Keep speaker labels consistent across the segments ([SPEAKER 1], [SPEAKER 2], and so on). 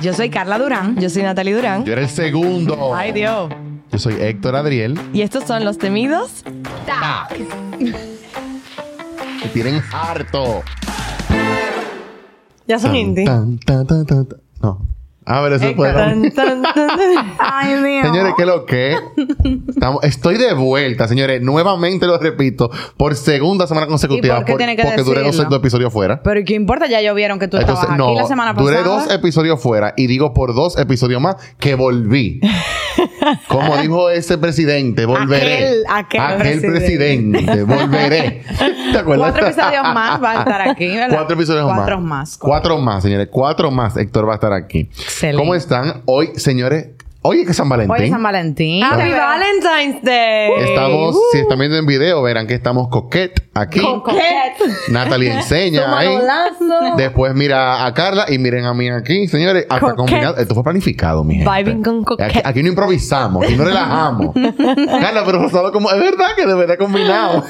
[SPEAKER 1] Yo soy Carla Durán. Yo soy Natalie Durán.
[SPEAKER 2] Yo era el segundo.
[SPEAKER 1] Ay, Dios.
[SPEAKER 2] Yo soy Héctor Adriel.
[SPEAKER 1] Y estos son los temidos.
[SPEAKER 2] Me tienen harto.
[SPEAKER 3] Ya son
[SPEAKER 2] Tan,
[SPEAKER 3] indie.
[SPEAKER 2] tan, tan, tan, tan, tan. No. A ver, eso fue.
[SPEAKER 3] Tan, tan, tan, tan.
[SPEAKER 1] Ay, mío.
[SPEAKER 2] Señores, ¿qué es lo que? Estamos- estoy de vuelta, señores. Nuevamente lo repito, por segunda semana consecutiva.
[SPEAKER 4] ¿Y por qué tiene que
[SPEAKER 2] porque duré dos,
[SPEAKER 4] decirlo?
[SPEAKER 2] dos episodios fuera.
[SPEAKER 4] Pero ¿y qué importa? Ya yo vieron que tú estabas aquí la semana pasada.
[SPEAKER 2] duré dos eh, episodios fuera y digo por dos episodios más que volví. Como dijo ese presidente, volveré.
[SPEAKER 4] Aquel- aquel
[SPEAKER 2] presidente.
[SPEAKER 4] presidente.
[SPEAKER 2] volveré. ¿Te acuerdas?
[SPEAKER 4] Cuatro episodios más va a estar aquí, ¿verdad?
[SPEAKER 2] Cuatro episodios
[SPEAKER 4] Cuatro
[SPEAKER 2] más.
[SPEAKER 4] más, correcto.
[SPEAKER 2] Cuatro más, señores. Cuatro más. Héctor va a estar aquí.
[SPEAKER 4] Excelente.
[SPEAKER 2] ¿Cómo están hoy, señores? Hoy es que es San Valentín.
[SPEAKER 4] Hoy es San Uh. Valentín.
[SPEAKER 3] Happy Valentine's Day.
[SPEAKER 2] Estamos, si están viendo en video, verán que estamos coquet aquí. Natalie enseña ahí. Después mira a Carla y miren a mí aquí, señores. Hasta
[SPEAKER 3] Coquet.
[SPEAKER 2] combinado. Esto fue planificado, mi gente.
[SPEAKER 3] Vibing con coquet.
[SPEAKER 2] Aquí, aquí no improvisamos, aquí no relajamos. Carla, pero Rosalba, como, es verdad que de verdad combinado.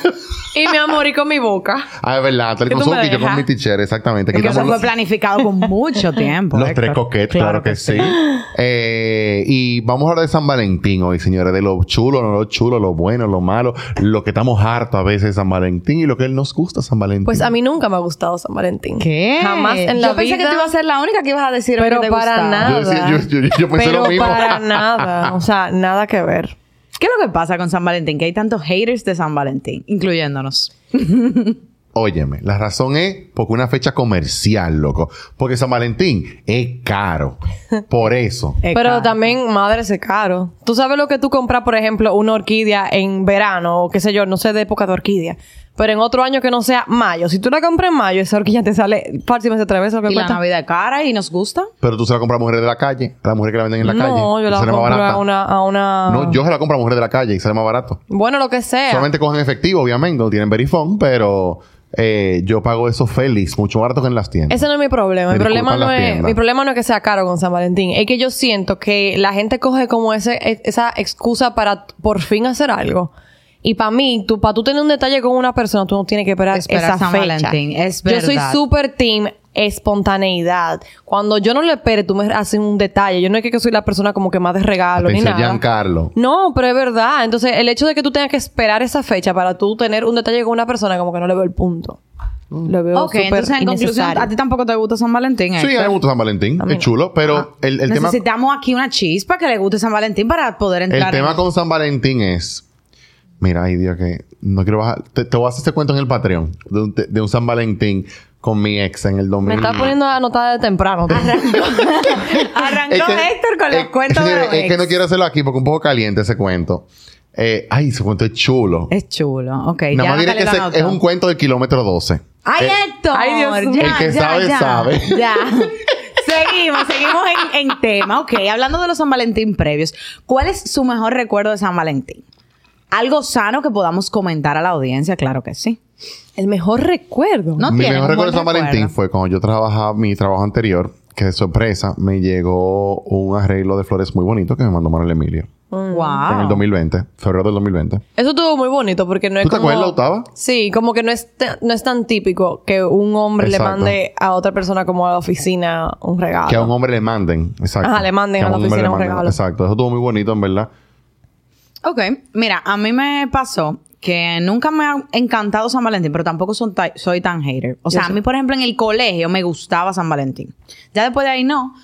[SPEAKER 3] Y mi amor, y con mi boca.
[SPEAKER 2] ah, es verdad, tal y
[SPEAKER 3] ¿Y
[SPEAKER 2] con
[SPEAKER 3] tú me
[SPEAKER 2] Suki, yo
[SPEAKER 3] dejas?
[SPEAKER 2] con mi teacher, exactamente.
[SPEAKER 4] Porque eso
[SPEAKER 2] Quitamos
[SPEAKER 4] fue
[SPEAKER 2] los,
[SPEAKER 4] planificado con mucho tiempo.
[SPEAKER 2] los
[SPEAKER 4] Héctor.
[SPEAKER 2] tres coquetes, claro, que, sí. Eh, y vamos a hablar de San Valentín hoy, señores, de lo chulo, no lo chulo, lo bueno, lo malo, lo que estamos hartos a veces de San Valentín y lo que él nos gusta San Valentín.
[SPEAKER 3] Pues a mí nunca me ha gustado San Valentín.
[SPEAKER 4] ¿Qué?
[SPEAKER 3] Jamás en la
[SPEAKER 4] Yo pensé
[SPEAKER 3] vida.
[SPEAKER 4] que tú ibas a ser la única que ibas a decir
[SPEAKER 3] Pero
[SPEAKER 4] que te
[SPEAKER 3] para
[SPEAKER 4] gustaba.
[SPEAKER 3] nada.
[SPEAKER 2] Yo, decía- yo- yo- yo pensé
[SPEAKER 3] Pero
[SPEAKER 2] lo mismo.
[SPEAKER 3] para
[SPEAKER 2] Ah.
[SPEAKER 3] nada. O sea, nada que ver.
[SPEAKER 4] ¿Qué es lo que pasa con San Valentín? Que hay tantos haters de San Valentín, incluyéndonos.
[SPEAKER 2] Óyeme, la razón es porque una fecha comercial, loco. Porque San Valentín es caro. Por eso.
[SPEAKER 4] Eh,
[SPEAKER 3] Pero
[SPEAKER 4] claro.
[SPEAKER 3] también, madre, es caro. Tú sabes lo que tú compras, por ejemplo, una orquídea en verano o qué sé yo, no sé de época de orquídea. Pero en otro año que no sea mayo. Si tú la compras en mayo, esa orquídea te sale fácilmente tres veces lo que
[SPEAKER 4] Y la
[SPEAKER 3] cuesta.
[SPEAKER 4] Navidad es cara y nos gusta.
[SPEAKER 2] Pero tú se la compras a mujeres de la calle. A las mujeres que la venden en la calle.
[SPEAKER 3] no, yo la
[SPEAKER 2] sale más
[SPEAKER 3] compro
[SPEAKER 2] barata.
[SPEAKER 3] a una, a una...
[SPEAKER 2] No, yo se la compro a mujeres de la calle y sale más barato.
[SPEAKER 3] Bueno, lo que sea.
[SPEAKER 2] Solamente cogen efectivo, obviamente. No tienen verifón, pero eh, yo pago eso feliz. Mucho más barato que en las tiendas.
[SPEAKER 3] Ese no es mi problema.
[SPEAKER 2] Me
[SPEAKER 3] Mi problema,
[SPEAKER 2] disculpan
[SPEAKER 3] no
[SPEAKER 2] las
[SPEAKER 3] es,
[SPEAKER 2] tiendas.
[SPEAKER 3] mi problema no es que sea caro con San Valentín. Es que yo siento que la gente coge como ese, e- esa excusa para t- por fin hacer algo. Y para mí, tú, para tú tener un detalle con una persona, tú no tienes que esperar,
[SPEAKER 4] Esperar
[SPEAKER 3] esa
[SPEAKER 4] San
[SPEAKER 3] fecha.
[SPEAKER 4] Valentín, es
[SPEAKER 3] Yo soy
[SPEAKER 4] verdad.
[SPEAKER 3] súper team espontaneidad. Cuando yo no lo espere, tú me haces un detalle. Yo no es que soy la persona como que más de regalo ni
[SPEAKER 2] Atención,
[SPEAKER 3] nada.
[SPEAKER 2] Giancarlo.
[SPEAKER 3] No, pero es verdad. Entonces, el hecho de que tú tengas que esperar esa fecha para tú tener un detalle con una persona, como que no le veo el punto. Lo veo
[SPEAKER 4] Ok, entonces en conclusión,
[SPEAKER 3] innecesario.
[SPEAKER 4] a ti tampoco te gusta San Valentín.
[SPEAKER 2] Sí, a mí
[SPEAKER 4] Héctor?
[SPEAKER 2] me gusta San Valentín. Es chulo, pero el, el tema...
[SPEAKER 4] Necesitamos aquí una chispa que le guste San Valentín para poder entrar.
[SPEAKER 2] El tema
[SPEAKER 4] en-
[SPEAKER 2] con San Valentín es. Mira, ay Dios, que no quiero bajar. Te, te voy a hacer este cuento en el Patreon de un, de un San Valentín con mi ex en el
[SPEAKER 3] Me
[SPEAKER 2] domingo.
[SPEAKER 3] está poniendo a anotar de temprano.
[SPEAKER 4] Arrancó Héctor con los
[SPEAKER 2] es-
[SPEAKER 4] cuentos de
[SPEAKER 2] señores,
[SPEAKER 4] los
[SPEAKER 2] Es que
[SPEAKER 4] ex.
[SPEAKER 2] no quiero hacerlo aquí porque un poco caliente ese cuento. Eh, ay, ese cuento es chulo.
[SPEAKER 4] Es chulo. Ok,
[SPEAKER 2] Nada
[SPEAKER 4] Eh, ya
[SPEAKER 2] más diré
[SPEAKER 4] Natalia
[SPEAKER 2] que
[SPEAKER 4] lo
[SPEAKER 2] ese-
[SPEAKER 4] anotó.
[SPEAKER 2] es un cuento del kilómetro 12.
[SPEAKER 4] ¡Ay,
[SPEAKER 2] Eh,
[SPEAKER 4] Héctor!
[SPEAKER 3] ay, Dios mío.
[SPEAKER 4] ya,
[SPEAKER 2] El que
[SPEAKER 4] ya,
[SPEAKER 2] sabe,
[SPEAKER 4] ya.
[SPEAKER 2] sabe.
[SPEAKER 4] Ya. Seguimos, seguimos en, en tema. Ok, hablando de los San Valentín previos, ¿cuál es su mejor recuerdo de San Valentín? Algo sano que podamos comentar a la audiencia, claro que sí.
[SPEAKER 3] El mejor recuerdo.
[SPEAKER 4] No
[SPEAKER 2] mi mejor
[SPEAKER 4] tiene un buen
[SPEAKER 2] recuerdo de San Valentín
[SPEAKER 4] recuerdo.
[SPEAKER 2] fue cuando yo trabajaba mi trabajo anterior, que de sorpresa me llegó un arreglo de flores muy bonito que me mandó Manuel Emilio
[SPEAKER 3] Mm.
[SPEAKER 4] Wow.
[SPEAKER 2] en el 2020, febrero del 2020.
[SPEAKER 3] Eso estuvo muy bonito porque no es
[SPEAKER 2] ¿Tú te
[SPEAKER 3] como...
[SPEAKER 2] acuerdas, Octava?
[SPEAKER 3] Sí, como que no es, ta- no es tan típico que un hombre
[SPEAKER 2] Exacto.
[SPEAKER 3] le mande a otra persona como a la oficina un regalo.
[SPEAKER 2] Que a un hombre le manden. Exacto.
[SPEAKER 3] Ah, Ajá, le manden
[SPEAKER 2] Que
[SPEAKER 3] a la
[SPEAKER 2] un hombre
[SPEAKER 3] oficina
[SPEAKER 2] le
[SPEAKER 3] un
[SPEAKER 2] manden.
[SPEAKER 3] regalo.
[SPEAKER 2] Exacto. Eso estuvo muy bonito, en verdad.
[SPEAKER 4] Ok, mira, a mí me pasó que nunca me ha encantado San Valentín, pero tampoco son ta- soy tan hater. O sea, a mí, por ejemplo, en el colegio me gustaba San Valentín. Ya después de ahí no.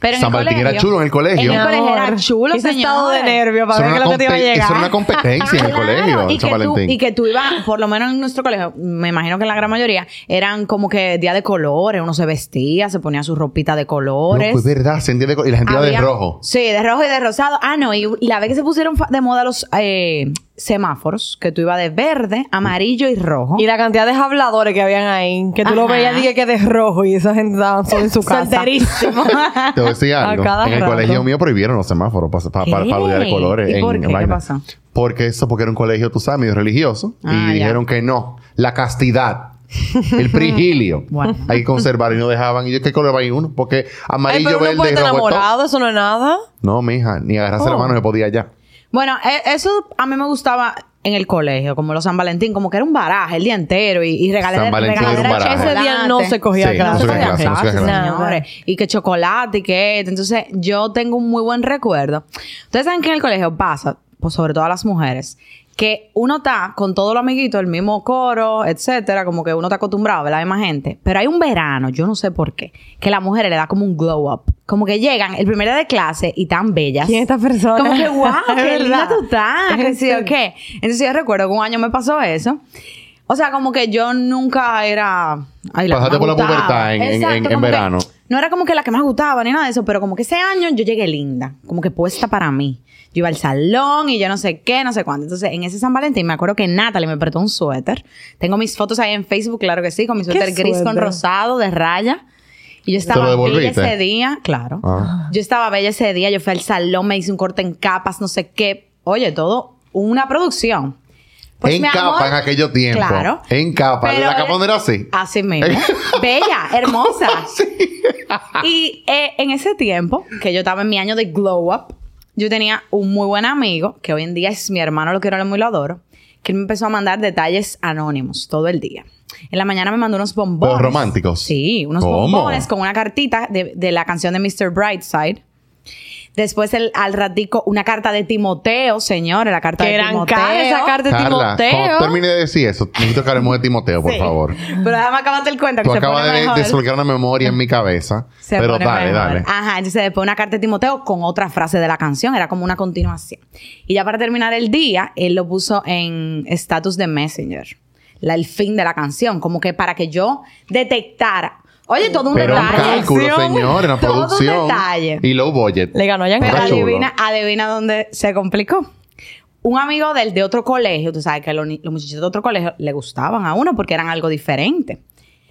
[SPEAKER 4] Pero en
[SPEAKER 2] San
[SPEAKER 4] el
[SPEAKER 2] Valentín era
[SPEAKER 4] colegio-
[SPEAKER 2] chulo en el colegio.
[SPEAKER 4] En el
[SPEAKER 2] Eso
[SPEAKER 4] colegio era chulo,
[SPEAKER 3] Ese estado de
[SPEAKER 4] señores.
[SPEAKER 3] nervio para
[SPEAKER 2] era
[SPEAKER 3] ver que lo que te iba a
[SPEAKER 2] compe- eso era una
[SPEAKER 3] llegar.
[SPEAKER 2] competencia en el
[SPEAKER 4] Claro,
[SPEAKER 2] colegio,
[SPEAKER 4] y
[SPEAKER 2] San
[SPEAKER 4] que, tú,
[SPEAKER 2] Valentín.
[SPEAKER 4] y que tú ibas, por lo menos en nuestro colegio, me imagino que en la gran mayoría, eran como que día de colores, uno se vestía, se ponía su ropita de colores.
[SPEAKER 2] Loco, pues, es verdad, se entiende. co- Y la gente iba de
[SPEAKER 4] Había-
[SPEAKER 2] rojo.
[SPEAKER 4] Sí, de rojo y de rosado. Ah, no, y, y la vez que se pusieron fa- de moda los eh, semáforos, que tú ibas de verde, amarillo y rojo.
[SPEAKER 3] Y la cantidad de habladores que habían ahí. Que tú lo
[SPEAKER 4] Ajá.
[SPEAKER 3] veías dije que de rojo y esa gente estaba solo en su casa.
[SPEAKER 4] Solterísimo.
[SPEAKER 2] Te voy a decir
[SPEAKER 3] A
[SPEAKER 2] algo.
[SPEAKER 3] cada
[SPEAKER 2] En el
[SPEAKER 3] rato.
[SPEAKER 2] colegio mío prohibieron los semáforos pa- pa- para
[SPEAKER 4] ¿Qué?
[SPEAKER 2] para odiar de colores.
[SPEAKER 4] ¿Y por
[SPEAKER 2] en
[SPEAKER 4] qué? ¿Qué
[SPEAKER 2] vaina.
[SPEAKER 4] pasó?
[SPEAKER 2] Porque eso, porque era un colegio, tú sabes, medio religioso.
[SPEAKER 4] Ah,
[SPEAKER 2] y
[SPEAKER 4] ya.
[SPEAKER 2] dijeron que no. La castidad. El prigilio.
[SPEAKER 4] Bueno.
[SPEAKER 2] Hay que conservar y no dejaban. ¿Y yo qué color va a ir uno? Porque
[SPEAKER 3] Ay,
[SPEAKER 2] amarillo,
[SPEAKER 3] pero uno
[SPEAKER 2] verde
[SPEAKER 3] puede
[SPEAKER 2] y
[SPEAKER 3] estar
[SPEAKER 2] rojo. es todo.
[SPEAKER 3] enamorado, eso no es nada.
[SPEAKER 2] No, mija, ni agarrarse la
[SPEAKER 3] Oh.
[SPEAKER 2] mano se podía ya.
[SPEAKER 4] bueno, e- eso a mí me gustaba en el colegio, como los San Valentín, como que era un baraje el día entero y, y regalar
[SPEAKER 2] San Valentín era un baraje.
[SPEAKER 3] Ese día no se cogía
[SPEAKER 2] Sí, no
[SPEAKER 3] clase.
[SPEAKER 2] se cogía clase, no se cogía
[SPEAKER 3] clase.
[SPEAKER 4] señores. Y que chocolate y que esto. Entonces, yo tengo un muy buen recuerdo. Ustedes saben que en el colegio pasa, pues sobre todo a las mujeres, que uno está con todos los amiguitos, el mismo coro, etcétera, como que uno está acostumbrado a ver la misma gente. Pero hay un verano, yo no sé por qué, que la mujer le da como un glow up. Como que llegan el primer día de clase y tan bellas.
[SPEAKER 3] ¿Quién es esta persona?
[SPEAKER 4] Como que, wow,
[SPEAKER 3] Es
[SPEAKER 4] qué linda
[SPEAKER 3] verdad.
[SPEAKER 4] tú estás.
[SPEAKER 3] Es
[SPEAKER 4] que sí,
[SPEAKER 3] en serio.
[SPEAKER 4] ok. Entonces yo recuerdo que un año me pasó eso. O sea, como que yo nunca era... ay, la que
[SPEAKER 2] Pasaste
[SPEAKER 4] más
[SPEAKER 2] por la
[SPEAKER 4] gustaba.
[SPEAKER 2] pubertad en- en-
[SPEAKER 4] Exacto,
[SPEAKER 2] en- en
[SPEAKER 4] como que
[SPEAKER 2] verano.
[SPEAKER 4] No era como que la que más gustaba ni nada de eso, pero como que ese año yo llegué linda, como que puesta para mí. Yo iba al salón y yo no sé qué, no sé cuánto. Entonces, en ese San Valentín me acuerdo que Natalie me prestó un suéter. Tengo mis fotos ahí en Facebook, claro que sí, con mi suéter gris con
[SPEAKER 3] suéter?
[SPEAKER 4] rosado de raya. Y yo
[SPEAKER 2] lo
[SPEAKER 4] estaba bella
[SPEAKER 2] devolviste?
[SPEAKER 4] ese día, claro.
[SPEAKER 2] Ah.
[SPEAKER 4] Yo estaba bella ese día, yo fui al salón, me hice un corte en capas, no sé qué. Oye, todo una producción. Pues,
[SPEAKER 2] en
[SPEAKER 4] mi
[SPEAKER 2] capa
[SPEAKER 4] amor,
[SPEAKER 2] en aquello tiempo.
[SPEAKER 4] Claro.
[SPEAKER 2] En capa.
[SPEAKER 4] Pero
[SPEAKER 2] la capa
[SPEAKER 4] era-
[SPEAKER 2] no era así.
[SPEAKER 4] Así mismo. Bella, hermosa. Y eh, en ese tiempo, que yo estaba en mi año de glow up, yo tenía un muy buen amigo, que hoy en día es mi hermano, lo quiero muy lo adoro, que él me empezó a mandar detalles anónimos todo el día. En la mañana me mandó unos bombones.
[SPEAKER 2] Pero románticos.
[SPEAKER 4] Sí, unos
[SPEAKER 2] ¿Cómo?
[SPEAKER 4] bombones con una cartita de, de la canción de Mr. Brightside. Después, el- al ratico, una carta de Timoteo, señores, la carta
[SPEAKER 3] Que
[SPEAKER 4] de
[SPEAKER 3] eran
[SPEAKER 4] Timoteo.
[SPEAKER 3] caras esa carta de
[SPEAKER 2] Carla, cuando
[SPEAKER 3] Timoteo.
[SPEAKER 2] termine de decir eso, necesito que hablemos de Timoteo, por
[SPEAKER 4] Sí.
[SPEAKER 2] favor.
[SPEAKER 4] Pero déjame acabarte el cuento.
[SPEAKER 2] Tú
[SPEAKER 4] que se
[SPEAKER 2] acabas
[SPEAKER 4] pone
[SPEAKER 2] de
[SPEAKER 4] mejor.
[SPEAKER 2] desbloquear una memoria en mi cabeza.
[SPEAKER 4] Se
[SPEAKER 2] pero
[SPEAKER 4] pone
[SPEAKER 2] dale,
[SPEAKER 4] mejor. Ah,
[SPEAKER 2] dale.
[SPEAKER 4] Ajá, entonces después una carta de Timoteo con otra frase de la canción, era como una continuación. Y ya para terminar el día, él lo puso en status de Messenger, la, el fin de la canción, como que para que yo detectara. Oye, todo un
[SPEAKER 2] Pero un
[SPEAKER 4] detalle.
[SPEAKER 2] cálculo,
[SPEAKER 3] acción.
[SPEAKER 2] señor, una
[SPEAKER 4] Todo un
[SPEAKER 2] producción.
[SPEAKER 4] detalle.
[SPEAKER 2] Y low budget.
[SPEAKER 3] Le ganó a Jan
[SPEAKER 4] Pero
[SPEAKER 2] Está chulo.
[SPEAKER 4] adivina, adivina dónde se complicó. Un amigo del de otro colegio, tú sabes que los, ni- los muchachitos de otro colegio le gustaban a uno porque eran algo diferente.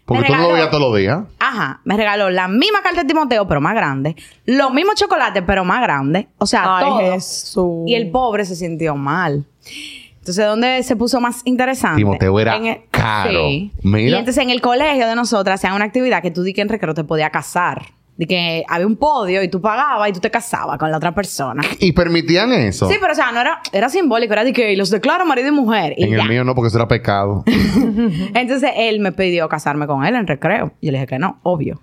[SPEAKER 2] Porque
[SPEAKER 4] Me
[SPEAKER 2] tú no lo
[SPEAKER 4] regaló-
[SPEAKER 2] veías todos los días.
[SPEAKER 4] Ajá, me regaló la misma carta de Timoteo, pero más grande. Los mismos chocolates, pero más grande. O sea,
[SPEAKER 3] Ay,
[SPEAKER 4] todo.
[SPEAKER 3] Jesús.
[SPEAKER 4] Y el pobre se sintió mal. Entonces, ¿dónde se puso más interesante?
[SPEAKER 2] Timoteo era caro.
[SPEAKER 4] Sí.
[SPEAKER 2] Mira.
[SPEAKER 4] Y entonces, en el colegio de nosotras hacían una actividad que tú di que en recreo te podía casar. De que había un podio y tú pagabas y tú te casabas con la otra persona.
[SPEAKER 2] Y permitían eso.
[SPEAKER 4] Sí, pero o sea, no era, era simbólico, era de que los declaro marido y mujer. Y
[SPEAKER 2] en
[SPEAKER 4] ya.
[SPEAKER 2] el mío no, porque eso era pecado.
[SPEAKER 4] Entonces él me pidió casarme con él en recreo. Yo le dije que no, obvio.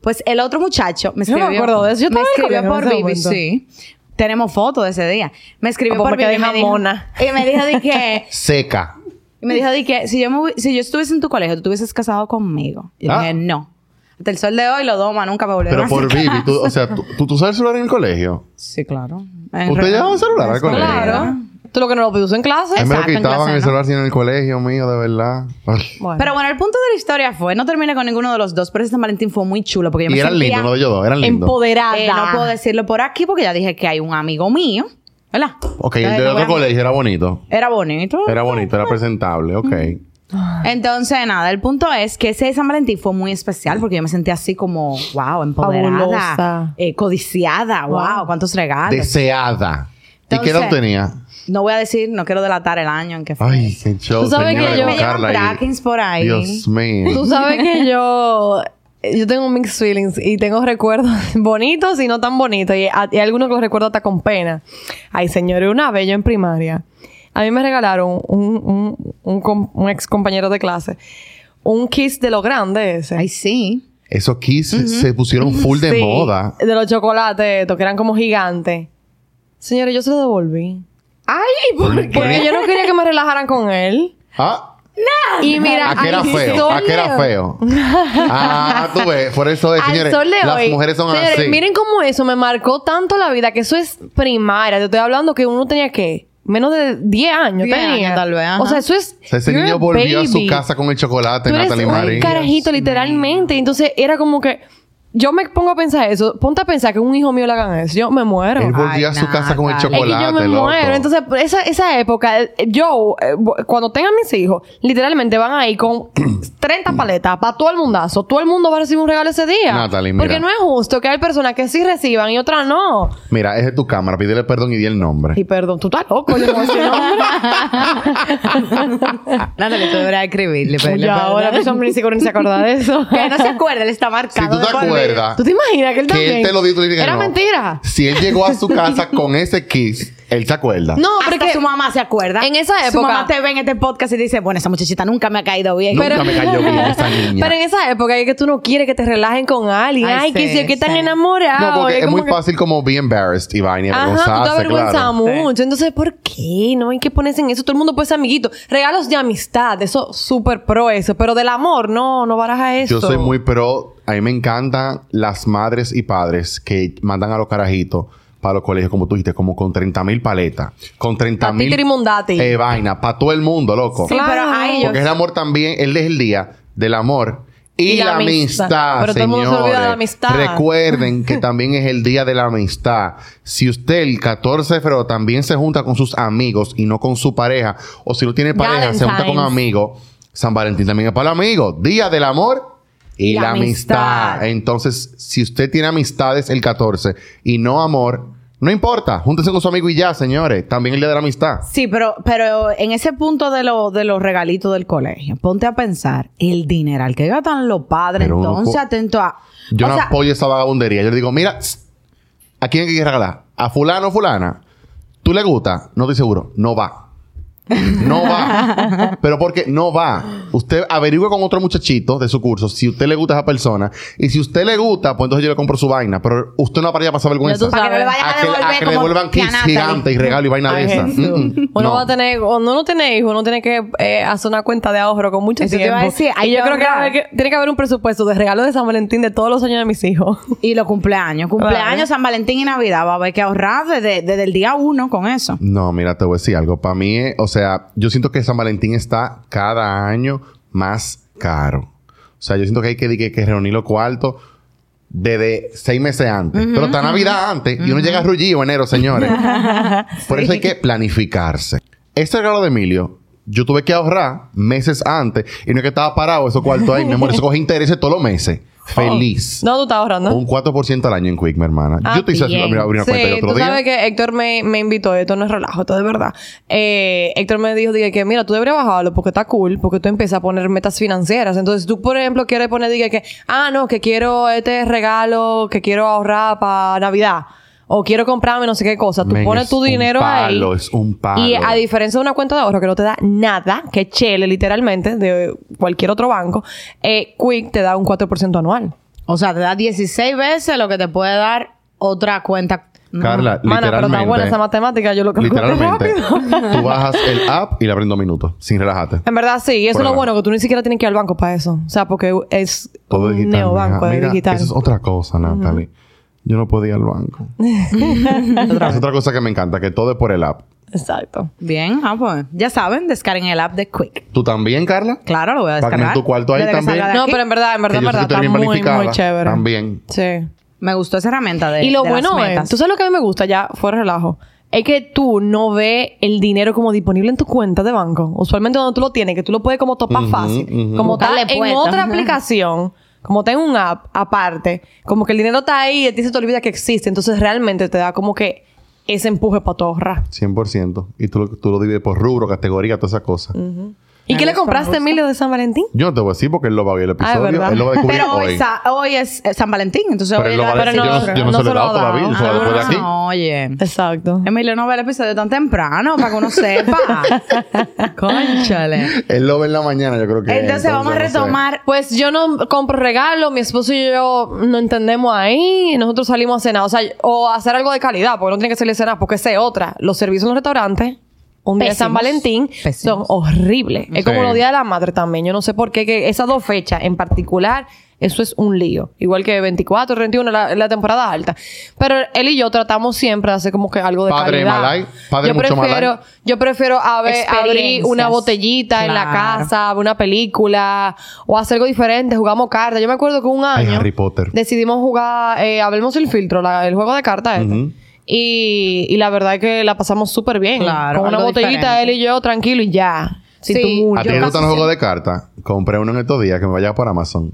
[SPEAKER 4] Pues el otro muchacho me
[SPEAKER 3] Yo no
[SPEAKER 4] escribió.
[SPEAKER 3] me acuerdo de eso. Yo
[SPEAKER 4] me
[SPEAKER 3] estaba en el
[SPEAKER 4] escribió
[SPEAKER 3] colegio en
[SPEAKER 4] por
[SPEAKER 3] ese
[SPEAKER 4] Vivi,
[SPEAKER 3] momento.
[SPEAKER 4] sí. Tenemos fotos de ese día. Me escribió
[SPEAKER 3] Ah, pues
[SPEAKER 4] por
[SPEAKER 3] me quedé
[SPEAKER 4] Vivi. y me dijo-
[SPEAKER 3] jamona.
[SPEAKER 4] Y me dijo de que.
[SPEAKER 2] Seca.
[SPEAKER 4] y me dijo de que si yo, me hubi- si yo estuviese en tu colegio, tú te hubieses casado conmigo. Y yo
[SPEAKER 2] Ah.
[SPEAKER 4] dije, no. Hasta el sol de hoy lo doma, nunca me volverá
[SPEAKER 2] Pero por Vivi, tú, o sea, tú, tú, tú usabas el celular en el colegio.
[SPEAKER 4] Sí, claro. pues,
[SPEAKER 2] ¿Usted llevaba un celular al colegio?
[SPEAKER 3] Claro. Tú lo que no lo puso en clase.
[SPEAKER 2] A mí me lo
[SPEAKER 4] Exacto, en
[SPEAKER 2] quitaban
[SPEAKER 4] clase,
[SPEAKER 2] el
[SPEAKER 4] ¿no?
[SPEAKER 2] celular sin en el colegio mío, de verdad.
[SPEAKER 3] Bueno.
[SPEAKER 4] Pero bueno, el punto de la historia fue, no terminé con ninguno de los dos, pero ese San Valentín fue muy chulo porque yo
[SPEAKER 2] Y
[SPEAKER 4] me
[SPEAKER 2] eran
[SPEAKER 4] sentía-
[SPEAKER 2] lindos, no de ellos dos, eran lindos.
[SPEAKER 3] empoderada.
[SPEAKER 4] Eh, no puedo decirlo por aquí porque ya dije que hay un amigo mío, ¿verdad?
[SPEAKER 2] Ok, el
[SPEAKER 4] Entonces,
[SPEAKER 2] del
[SPEAKER 4] no
[SPEAKER 2] otro
[SPEAKER 4] voy a-
[SPEAKER 2] colegio era bonito.
[SPEAKER 4] Era bonito.
[SPEAKER 2] Era bonito, era presentable,
[SPEAKER 3] Mm,
[SPEAKER 2] ok.
[SPEAKER 4] Entonces, nada, el punto es que ese San Valentín fue muy especial porque yo me sentí así como, wow, empoderada,
[SPEAKER 3] Fabulosa.
[SPEAKER 4] eh, codiciada, wow,
[SPEAKER 3] Wow.
[SPEAKER 4] cuántos regalos.
[SPEAKER 2] Deseada. ¿Y qué
[SPEAKER 4] Entonces-
[SPEAKER 2] edad tenía?
[SPEAKER 4] no voy a decir, no quiero delatar el año en que fue.
[SPEAKER 2] Ay, qué show,
[SPEAKER 3] Tú sabes que
[SPEAKER 2] señores,
[SPEAKER 3] yo-
[SPEAKER 2] con
[SPEAKER 3] Me
[SPEAKER 4] llegan
[SPEAKER 2] Carla y-
[SPEAKER 4] brackings por ahí.
[SPEAKER 2] Dios
[SPEAKER 3] Tú
[SPEAKER 2] mío.
[SPEAKER 3] sabes que yo... Yo tengo mixed feelings y tengo recuerdos bonitos y no tan bonitos. Y, a- y algunos que los recuerdo hasta con pena. Ay, señores, una vez yo en primaria, a mí me regalaron un, un, un com- un ex compañero de clase un kiss de lo grande ese.
[SPEAKER 4] Ay, sí.
[SPEAKER 2] Esos kiss se pusieron full de
[SPEAKER 3] Sí,
[SPEAKER 2] moda.
[SPEAKER 3] De los chocolates, estos, que eran como gigantes. Señores, yo se lo devolví.
[SPEAKER 4] Ay, ¿por qué?
[SPEAKER 3] Porque yo no quería que me relajaran con él.
[SPEAKER 2] Ah,
[SPEAKER 3] Y mira,
[SPEAKER 2] ¿a qué era
[SPEAKER 3] al
[SPEAKER 2] feo?
[SPEAKER 3] sol
[SPEAKER 2] ¿A qué
[SPEAKER 3] de-
[SPEAKER 2] era feo? Ah, tú ves, por eso es,
[SPEAKER 3] Al
[SPEAKER 2] señores.
[SPEAKER 3] sol de
[SPEAKER 2] Las
[SPEAKER 3] hoy.
[SPEAKER 2] mujeres son
[SPEAKER 3] Señores,
[SPEAKER 2] así.
[SPEAKER 3] Miren cómo eso me marcó tanto la vida, que eso es primaria. Te estoy hablando que uno tenía que. Menos de 10 años
[SPEAKER 4] 10
[SPEAKER 3] tenía.
[SPEAKER 4] años, tal vez, ajá.
[SPEAKER 3] O sea, eso es.
[SPEAKER 2] O sea, ese
[SPEAKER 3] you're
[SPEAKER 2] niño
[SPEAKER 3] a
[SPEAKER 2] volvió a su
[SPEAKER 3] baby.
[SPEAKER 2] casa con el chocolate,
[SPEAKER 3] Tú eres
[SPEAKER 2] Natalie
[SPEAKER 3] un
[SPEAKER 2] Marín.
[SPEAKER 3] carajito, literalmente. Entonces era como que. Yo me pongo a pensar eso. Ponte a pensar que un hijo mío le hagan eso. Yo me muero.
[SPEAKER 2] Él volvió a
[SPEAKER 4] Ay,
[SPEAKER 2] su casa con el
[SPEAKER 4] Natalie.
[SPEAKER 3] Es que
[SPEAKER 2] chocolate.
[SPEAKER 3] yo me
[SPEAKER 2] loco.
[SPEAKER 3] muero. Entonces, esa, esa época, eh, yo, eh, bu- cuando tenga mis hijos, literalmente van ahí con 30 paletas para todo el mundazo. Todo el mundo va a recibir un regalo ese día.
[SPEAKER 2] Natalie, mira.
[SPEAKER 3] Porque no es justo que hay personas que sí reciban y otras no.
[SPEAKER 2] Mira, esa es tu cámara, pídele perdón y di el nombre.
[SPEAKER 3] Y perdón, tú estás loco. Yo no voy a decir nombre.
[SPEAKER 4] Natalie, tú deberías escribirle. pedirle
[SPEAKER 3] Y ahora
[SPEAKER 4] perdón.
[SPEAKER 3] ese hombre ni siquiera se acuerda de eso.
[SPEAKER 4] Que no se acuerda, él está
[SPEAKER 2] Si
[SPEAKER 4] marcado.
[SPEAKER 2] tú te
[SPEAKER 4] de por vida.
[SPEAKER 2] acuerdas
[SPEAKER 3] ¿Tú te imaginas que él
[SPEAKER 2] que
[SPEAKER 3] también?
[SPEAKER 2] él te lo dijo, tú dices que
[SPEAKER 3] Era
[SPEAKER 2] no.
[SPEAKER 3] mentira.
[SPEAKER 2] Si él llegó a su casa con ese kiss, Él se acuerda.
[SPEAKER 3] No,
[SPEAKER 4] Hasta
[SPEAKER 3] porque
[SPEAKER 4] su mamá se acuerda.
[SPEAKER 3] en esa
[SPEAKER 4] Su
[SPEAKER 3] época-
[SPEAKER 4] mamá te ve en este podcast y dice, bueno, esa muchachita nunca me ha caído bien.
[SPEAKER 2] Nunca me cayó bien esa niña.
[SPEAKER 3] Pero en esa época es que tú no quieres que te relajen con alguien.
[SPEAKER 4] Ay,
[SPEAKER 3] Ay, que
[SPEAKER 4] sí,
[SPEAKER 3] si que tan
[SPEAKER 4] sí.
[SPEAKER 3] enamorado.
[SPEAKER 2] No, porque es
[SPEAKER 3] como
[SPEAKER 2] muy
[SPEAKER 3] que-
[SPEAKER 2] fácil como be embarrassed y vaina y
[SPEAKER 3] Ajá, tú te
[SPEAKER 2] avergonzarse,
[SPEAKER 3] avergüenzas
[SPEAKER 2] claro.
[SPEAKER 3] mucho. Entonces, ¿por qué? No hay que ponerse en eso. Todo el mundo puede ser amiguito. Regalos de amistad, eso súper pro eso. Pero del amor, no, no baraja eso.
[SPEAKER 2] Yo soy muy pro. A mí me encantan las madres y padres que mandan a los carajitos para los colegios, como tú dijiste, como con 30 mil paletas. Con 30 mil.
[SPEAKER 3] Pa' títere y mondate.
[SPEAKER 2] Eh, vaina. Para todo el mundo, loco.
[SPEAKER 4] Sí, pero ahí yo-
[SPEAKER 2] Porque el amor también, él es el día del amor. Y,
[SPEAKER 3] Y la
[SPEAKER 2] la amistad,
[SPEAKER 3] amistad. Pero todo el mundo se olvida de la
[SPEAKER 2] señores.
[SPEAKER 3] amistad.
[SPEAKER 2] Recuerden que también es el día de la amistad. Si usted el 14 de febrero también se junta con sus amigos y no con su pareja, o si no tiene pareja, se junta con
[SPEAKER 3] Valentine's.
[SPEAKER 2] amigos, San Valentín también es para los amigos. Día del amor y la,
[SPEAKER 4] La
[SPEAKER 2] amistad.
[SPEAKER 4] amistad.
[SPEAKER 2] Entonces, si usted tiene amistades el 14 y no amor, no importa. Júntese con su amigo y ya, señores. También el día de la amistad.
[SPEAKER 4] Sí, pero, pero en ese punto de, lo, de los regalitos del colegio, ponte a pensar el dineral que gastan los padres.
[SPEAKER 2] Pero uno
[SPEAKER 4] entonces,
[SPEAKER 2] co-
[SPEAKER 4] atento a.
[SPEAKER 2] Yo
[SPEAKER 4] o
[SPEAKER 2] no
[SPEAKER 4] sea,
[SPEAKER 2] apoyo esa vagabundería. Yo le digo, mira, tss, ¿a quién hay que regalar? ¿A fulano o fulana? ¿Tú le gusta? No estoy seguro. No va. No va. Pero porque no va. Usted averigüe con otro muchachito de su curso si usted le gusta a esa persona. Y si usted le gusta, pues entonces yo le compro su vaina. Pero usted no para allá pasar vergüenza.
[SPEAKER 3] Ya tú
[SPEAKER 4] para que no le vayan
[SPEAKER 2] A
[SPEAKER 4] a
[SPEAKER 2] que, a
[SPEAKER 4] devolver
[SPEAKER 2] que le
[SPEAKER 4] como
[SPEAKER 2] devuelvan
[SPEAKER 4] que a
[SPEAKER 2] kiss
[SPEAKER 4] Natalie.
[SPEAKER 2] gigante y regalo y vaina de
[SPEAKER 3] Ay,
[SPEAKER 2] esa.
[SPEAKER 3] Jesús.
[SPEAKER 2] Mm, mm.
[SPEAKER 3] Uno
[SPEAKER 2] No.
[SPEAKER 3] va a tener, cuando uno tiene hijos, uno tiene que eh, hacer una cuenta de ahorro con mucho
[SPEAKER 4] Eso te
[SPEAKER 3] tiempo.
[SPEAKER 4] iba a decir, hay
[SPEAKER 3] y yo
[SPEAKER 4] que
[SPEAKER 3] creo que,
[SPEAKER 4] ahorrar.
[SPEAKER 3] hay que- tiene que haber un presupuesto de regalo de San Valentín de todos los años de mis hijos.
[SPEAKER 4] Y los cumpleaños.
[SPEAKER 3] Vale.
[SPEAKER 4] Cumpleaños, San Valentín y Navidad. Va a haber que ahorrar desde, desde el día uno con eso.
[SPEAKER 2] No, mira, te voy a decir algo. Para mí, eh, o sea, yo siento que San Valentín está cada año más caro. O sea, yo siento que hay que, que, que reunir los cuartos desde seis meses antes. Pero está Navidad antes y uno llega a rullido enero, señores. Por eso hay que planificarse. Este regalo de Emilio, yo tuve que ahorrar meses antes y no es que estaba parado esos cuartos ahí. Mi amor, eso coge intereses todos los meses. Feliz.
[SPEAKER 3] Oh. No, tú estás ahorrando.
[SPEAKER 2] Un 4% al año en Quick, mi hermana.
[SPEAKER 3] Ah,
[SPEAKER 2] yo te hice
[SPEAKER 4] bien.
[SPEAKER 2] mira, abrí una cuenta el
[SPEAKER 3] Sí,
[SPEAKER 2] otro
[SPEAKER 3] tú
[SPEAKER 2] día.
[SPEAKER 3] sabes que Héctor me, me invitó, esto no es relajo, esto es de verdad. Eh, Héctor me dijo, dije que mira, tú deberías bajarlo porque está cool, porque tú empiezas a poner metas financieras. Entonces, tú, por ejemplo, quieres poner, dije que, ah, no, que quiero este regalo, que quiero ahorrar para Navidad, o quiero comprarme no sé qué cosa. Tú
[SPEAKER 2] Men,
[SPEAKER 3] pones
[SPEAKER 2] es
[SPEAKER 3] tu
[SPEAKER 2] un
[SPEAKER 3] dinero
[SPEAKER 2] palo,
[SPEAKER 3] ahí.
[SPEAKER 2] Es un palo.
[SPEAKER 3] Y a diferencia de una cuenta de ahorro que no te da nada, que chele literalmente, de cualquier otro banco, eh, Quick te da un 4% anual.
[SPEAKER 4] O sea, te da 16 veces lo que te puede dar otra cuenta.
[SPEAKER 2] Carla,
[SPEAKER 3] Mana, pero está
[SPEAKER 2] literalmente.
[SPEAKER 3] buena esa matemática, yo lo calculo
[SPEAKER 2] Literalmente,
[SPEAKER 3] rápido.
[SPEAKER 2] tú bajas el app y la aprendes dos minutos, sin relajarte.
[SPEAKER 3] En verdad, sí. Eso
[SPEAKER 2] Por
[SPEAKER 3] es lo
[SPEAKER 2] ahora.
[SPEAKER 3] bueno, que tú ni siquiera tienes que ir al banco para eso. O sea, porque es
[SPEAKER 2] Todo
[SPEAKER 3] un
[SPEAKER 2] digital.
[SPEAKER 3] neobanco
[SPEAKER 2] mija.
[SPEAKER 3] de
[SPEAKER 2] Mira,
[SPEAKER 3] digital.
[SPEAKER 2] Eso es otra cosa, Natalie. Yo no podía ir al banco. es otra cosa que me encanta, que todo es por el app.
[SPEAKER 3] Exacto.
[SPEAKER 4] Bien, ah, pues, ya saben, descarguen el app de Quick.
[SPEAKER 2] ¿Tú también, Carla?
[SPEAKER 4] Claro, lo voy a
[SPEAKER 2] Para que en
[SPEAKER 4] descargar.
[SPEAKER 2] tu cuarto ahí
[SPEAKER 4] Desde que
[SPEAKER 2] también.
[SPEAKER 4] salga de
[SPEAKER 3] No,
[SPEAKER 4] aquí.
[SPEAKER 3] pero en verdad, en verdad,
[SPEAKER 2] Que
[SPEAKER 3] en
[SPEAKER 2] yo sé que
[SPEAKER 3] verdad,
[SPEAKER 2] tú eres
[SPEAKER 3] está
[SPEAKER 2] bien
[SPEAKER 3] muy, muy
[SPEAKER 2] planificada
[SPEAKER 3] chévere.
[SPEAKER 2] también.
[SPEAKER 3] Sí.
[SPEAKER 4] Me gustó esa herramienta de
[SPEAKER 3] Y lo
[SPEAKER 4] de las
[SPEAKER 3] bueno es,
[SPEAKER 4] metas.
[SPEAKER 3] tú sabes lo que a mí me gusta, ya fuera de relajo, es que tú no ves el dinero como disponible en tu cuenta de banco. Usualmente cuando tú lo tienes, que tú lo puedes como topar
[SPEAKER 2] Ujú,
[SPEAKER 3] fácil.
[SPEAKER 2] ujú.
[SPEAKER 3] Como está
[SPEAKER 4] Buscarle
[SPEAKER 3] en
[SPEAKER 4] puerta.
[SPEAKER 3] otra aplicación, como está en un app aparte, como que el dinero está ahí y a ti se te olvida que existe. Entonces realmente te da como que ese empuje para tu ahorrar.
[SPEAKER 2] 100%. Y tú, lo- tú lo divides por rubro, categoría, todas esas cosas.
[SPEAKER 3] ¿Y
[SPEAKER 4] Me
[SPEAKER 3] qué le
[SPEAKER 4] gusta,
[SPEAKER 3] compraste,
[SPEAKER 4] me gusta.
[SPEAKER 3] Emilio, de San Valentín?
[SPEAKER 2] Yo no te voy a decir porque él lo va a ver el
[SPEAKER 3] Ah, es
[SPEAKER 2] episodio.
[SPEAKER 3] verdad.
[SPEAKER 2] él lo va a descubrir
[SPEAKER 4] Pero hoy,
[SPEAKER 2] hoy.
[SPEAKER 4] sa- hoy es eh, San Valentín, entonces
[SPEAKER 2] Pero
[SPEAKER 4] hoy
[SPEAKER 2] él lo va a
[SPEAKER 4] pero
[SPEAKER 2] decir.
[SPEAKER 3] no-
[SPEAKER 2] Yo no, yo no se
[SPEAKER 3] no
[SPEAKER 2] lo
[SPEAKER 3] se
[SPEAKER 2] he dado
[SPEAKER 3] lo ha dado.
[SPEAKER 2] todavía. Yo se lo voy a dar después de aquí.
[SPEAKER 4] Ah, Oye.
[SPEAKER 3] Exacto.
[SPEAKER 4] Emilio no ve el episodio tan temprano para que uno sepa. Conchale.
[SPEAKER 2] Él lo ve en la mañana, yo creo que.
[SPEAKER 4] Entonces vamos a
[SPEAKER 2] no sé.
[SPEAKER 4] retomar.
[SPEAKER 3] Pues yo no compro regalo, mi esposo y yo no entendemos ahí, nosotros salimos a cenar, o sea, o a hacer algo de calidad, porque no tiene que salir a cenar, porque esa es otra. Los servicios en los restaurantes, un día de San
[SPEAKER 4] Pésimos.
[SPEAKER 3] Valentín, son
[SPEAKER 4] Pésimos.
[SPEAKER 3] horribles. Es como
[SPEAKER 2] Sí.
[SPEAKER 3] los días de la madre también, yo no sé por qué, que esas dos fechas en particular, eso es un lío. Igual que 24, 31, la, la temporada alta. Pero él y yo tratamos siempre de hacer como que algo de
[SPEAKER 2] Padre
[SPEAKER 3] calidad.
[SPEAKER 2] Malay, padre
[SPEAKER 3] yo
[SPEAKER 2] mucho
[SPEAKER 3] prefiero,
[SPEAKER 2] Malay.
[SPEAKER 3] Yo prefiero a ver- abrir
[SPEAKER 4] Experiencias.
[SPEAKER 3] una botellita en la
[SPEAKER 4] Claro.
[SPEAKER 3] casa casa, una película o hacer algo diferente, jugamos cartas. Yo me acuerdo que un
[SPEAKER 2] Ay,
[SPEAKER 3] año
[SPEAKER 2] Harry Potter.
[SPEAKER 3] decidimos jugar, eh, hablemos el filtro, la- el juego de cartas este.
[SPEAKER 2] Ujú.
[SPEAKER 3] y, y la verdad es que la pasamos súper bien.
[SPEAKER 4] Claro,
[SPEAKER 3] Con una
[SPEAKER 4] algo
[SPEAKER 3] botellita,
[SPEAKER 4] diferente.
[SPEAKER 3] él y yo, tranquilo y ya. Sin
[SPEAKER 4] Sí.
[SPEAKER 3] tumulto.
[SPEAKER 2] ¿A ti
[SPEAKER 4] Yo
[SPEAKER 2] te
[SPEAKER 4] casi
[SPEAKER 2] gustan los juegos
[SPEAKER 4] siempre-
[SPEAKER 2] de cartas? Compré uno en estos días que me vaya por Amazon.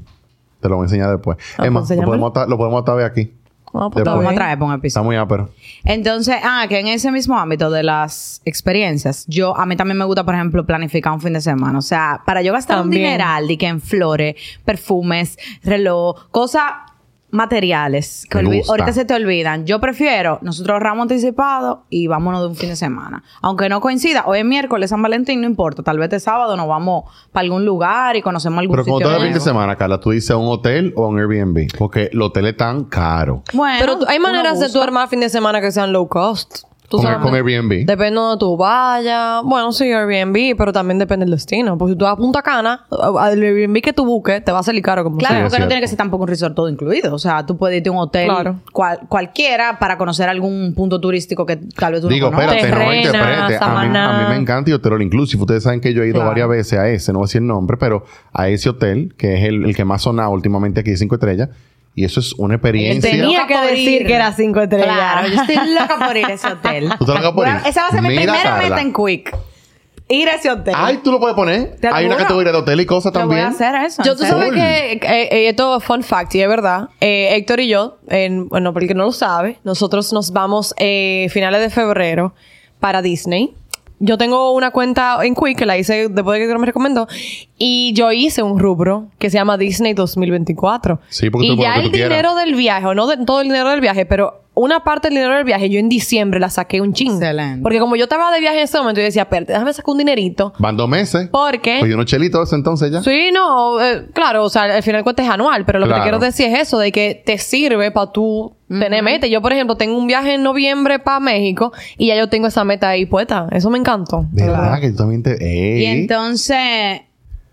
[SPEAKER 2] Te lo voy a enseñar después.
[SPEAKER 3] Ah,
[SPEAKER 2] es más,
[SPEAKER 3] pues,
[SPEAKER 2] lo
[SPEAKER 3] enséñamelo.
[SPEAKER 2] podemos, ata- lo podemos ataver aquí.
[SPEAKER 3] Ah, pues, está
[SPEAKER 2] Después.
[SPEAKER 4] Vamos a
[SPEAKER 3] bien.
[SPEAKER 4] traer por un episodio.
[SPEAKER 2] Está muy ápero.
[SPEAKER 4] Entonces, ah, que en ese mismo ámbito de las experiencias, yo a mí también me gusta, por ejemplo, planificar un fin de semana. O sea, para yo gastar
[SPEAKER 3] También.
[SPEAKER 4] un dineral, di que en flores, perfumes, reloj, cosas materiales que
[SPEAKER 2] Me
[SPEAKER 4] olvi-
[SPEAKER 2] gusta.
[SPEAKER 4] ahorita se te olvidan. Yo prefiero, nosotros ahorramos anticipado y vámonos de un fin de semana. Aunque no coincida, hoy es miércoles, San Valentín, no importa. Tal vez de sábado nos vamos para algún lugar y conocemos algún
[SPEAKER 2] Pero como
[SPEAKER 4] sitio
[SPEAKER 2] todo el fin de
[SPEAKER 4] nuevo.
[SPEAKER 2] semana, Carla, tú dices un hotel o un Airbnb. Porque los hoteles están caros.
[SPEAKER 4] Bueno,
[SPEAKER 3] Pero tú- hay
[SPEAKER 4] uno
[SPEAKER 3] maneras de
[SPEAKER 4] busca.
[SPEAKER 3] tu armar fin de semana que sean low cost. Tú
[SPEAKER 2] Con,
[SPEAKER 3] sabes.
[SPEAKER 2] con Airbnb.
[SPEAKER 3] Depende de donde tú vayas. Bueno, sí, Airbnb, pero también depende del destino. Porque si tú vas a Punta Cana, al Airbnb que tú busques, te va a salir caro como
[SPEAKER 4] Claro,
[SPEAKER 2] Sí, es
[SPEAKER 4] porque no
[SPEAKER 2] cierto.
[SPEAKER 4] tiene que ser tampoco un resort todo incluido. O sea, tú puedes irte a un hotel
[SPEAKER 3] Claro.
[SPEAKER 4] cual- cualquiera para conocer algún punto turístico que tal vez tú
[SPEAKER 2] Digo,
[SPEAKER 4] no conoces.
[SPEAKER 2] espérate, no
[SPEAKER 3] Terrena,
[SPEAKER 2] interprete. A mí,
[SPEAKER 3] Samaná.
[SPEAKER 2] a mí me encanta y Hotel Inclusive. Ustedes saben que yo he ido
[SPEAKER 3] Claro.
[SPEAKER 2] varias veces a ese, no voy a decir el nombre, pero a ese hotel, que es el, el que más sonaba últimamente aquí, cinco estrellas. Y eso es una experiencia.
[SPEAKER 3] tenía
[SPEAKER 4] loca
[SPEAKER 3] que
[SPEAKER 4] por
[SPEAKER 3] decir que era cinco estrellas.
[SPEAKER 4] Claro, yo estoy loca por ir a ese hotel.
[SPEAKER 2] ¿Tú estás loca por ir?
[SPEAKER 4] Bueno, Esa va a ser mi
[SPEAKER 2] Mira,
[SPEAKER 4] primera
[SPEAKER 2] Carla.
[SPEAKER 4] meta en Quick. Ir a ese hotel.
[SPEAKER 2] Ay, tú lo puedes poner.
[SPEAKER 4] Te
[SPEAKER 2] Hay una
[SPEAKER 4] juro.
[SPEAKER 2] categoría de hotel y cosas
[SPEAKER 4] Yo voy
[SPEAKER 2] también.
[SPEAKER 4] a hacer eso.
[SPEAKER 3] Yo,
[SPEAKER 4] en
[SPEAKER 3] tú
[SPEAKER 4] serio.
[SPEAKER 3] sabes
[SPEAKER 2] Cool.
[SPEAKER 3] que eh, eh, esto es fun fact, y es verdad. Eh, Héctor y yo, en- bueno, porque no lo sabe, nosotros nos vamos eh, finales de febrero para Disney. Yo tengo una cuenta en Quick que la hice después de que Héctor me recomendó. Y yo hice un rubro que se llama Disney 2024.
[SPEAKER 2] Sí, porque
[SPEAKER 3] y
[SPEAKER 2] tú pones
[SPEAKER 3] ya
[SPEAKER 2] lo que
[SPEAKER 3] el
[SPEAKER 2] tú quieras.
[SPEAKER 3] dinero del viaje, o no de- todo el dinero del viaje, pero una parte del dinero del viaje yo en diciembre la saqué un ching.
[SPEAKER 4] Excelente.
[SPEAKER 3] Porque como yo estaba de viaje en ese momento, yo decía, espérate, déjame sacar un dinerito.
[SPEAKER 2] Van dos meses.
[SPEAKER 3] Porque...
[SPEAKER 2] Pues unos chelitos eso entonces ya.
[SPEAKER 3] Sí, no, eh, claro, o sea, al final cuenta es anual, pero lo que
[SPEAKER 2] Claro.
[SPEAKER 3] te quiero decir es eso, de que te sirve para tú tener meta. Yo, por ejemplo, tengo un viaje en noviembre para México y ya yo tengo esa meta ahí puesta. Eso me encantó.
[SPEAKER 2] De verdad que tú también te. Ey.
[SPEAKER 4] Y entonces,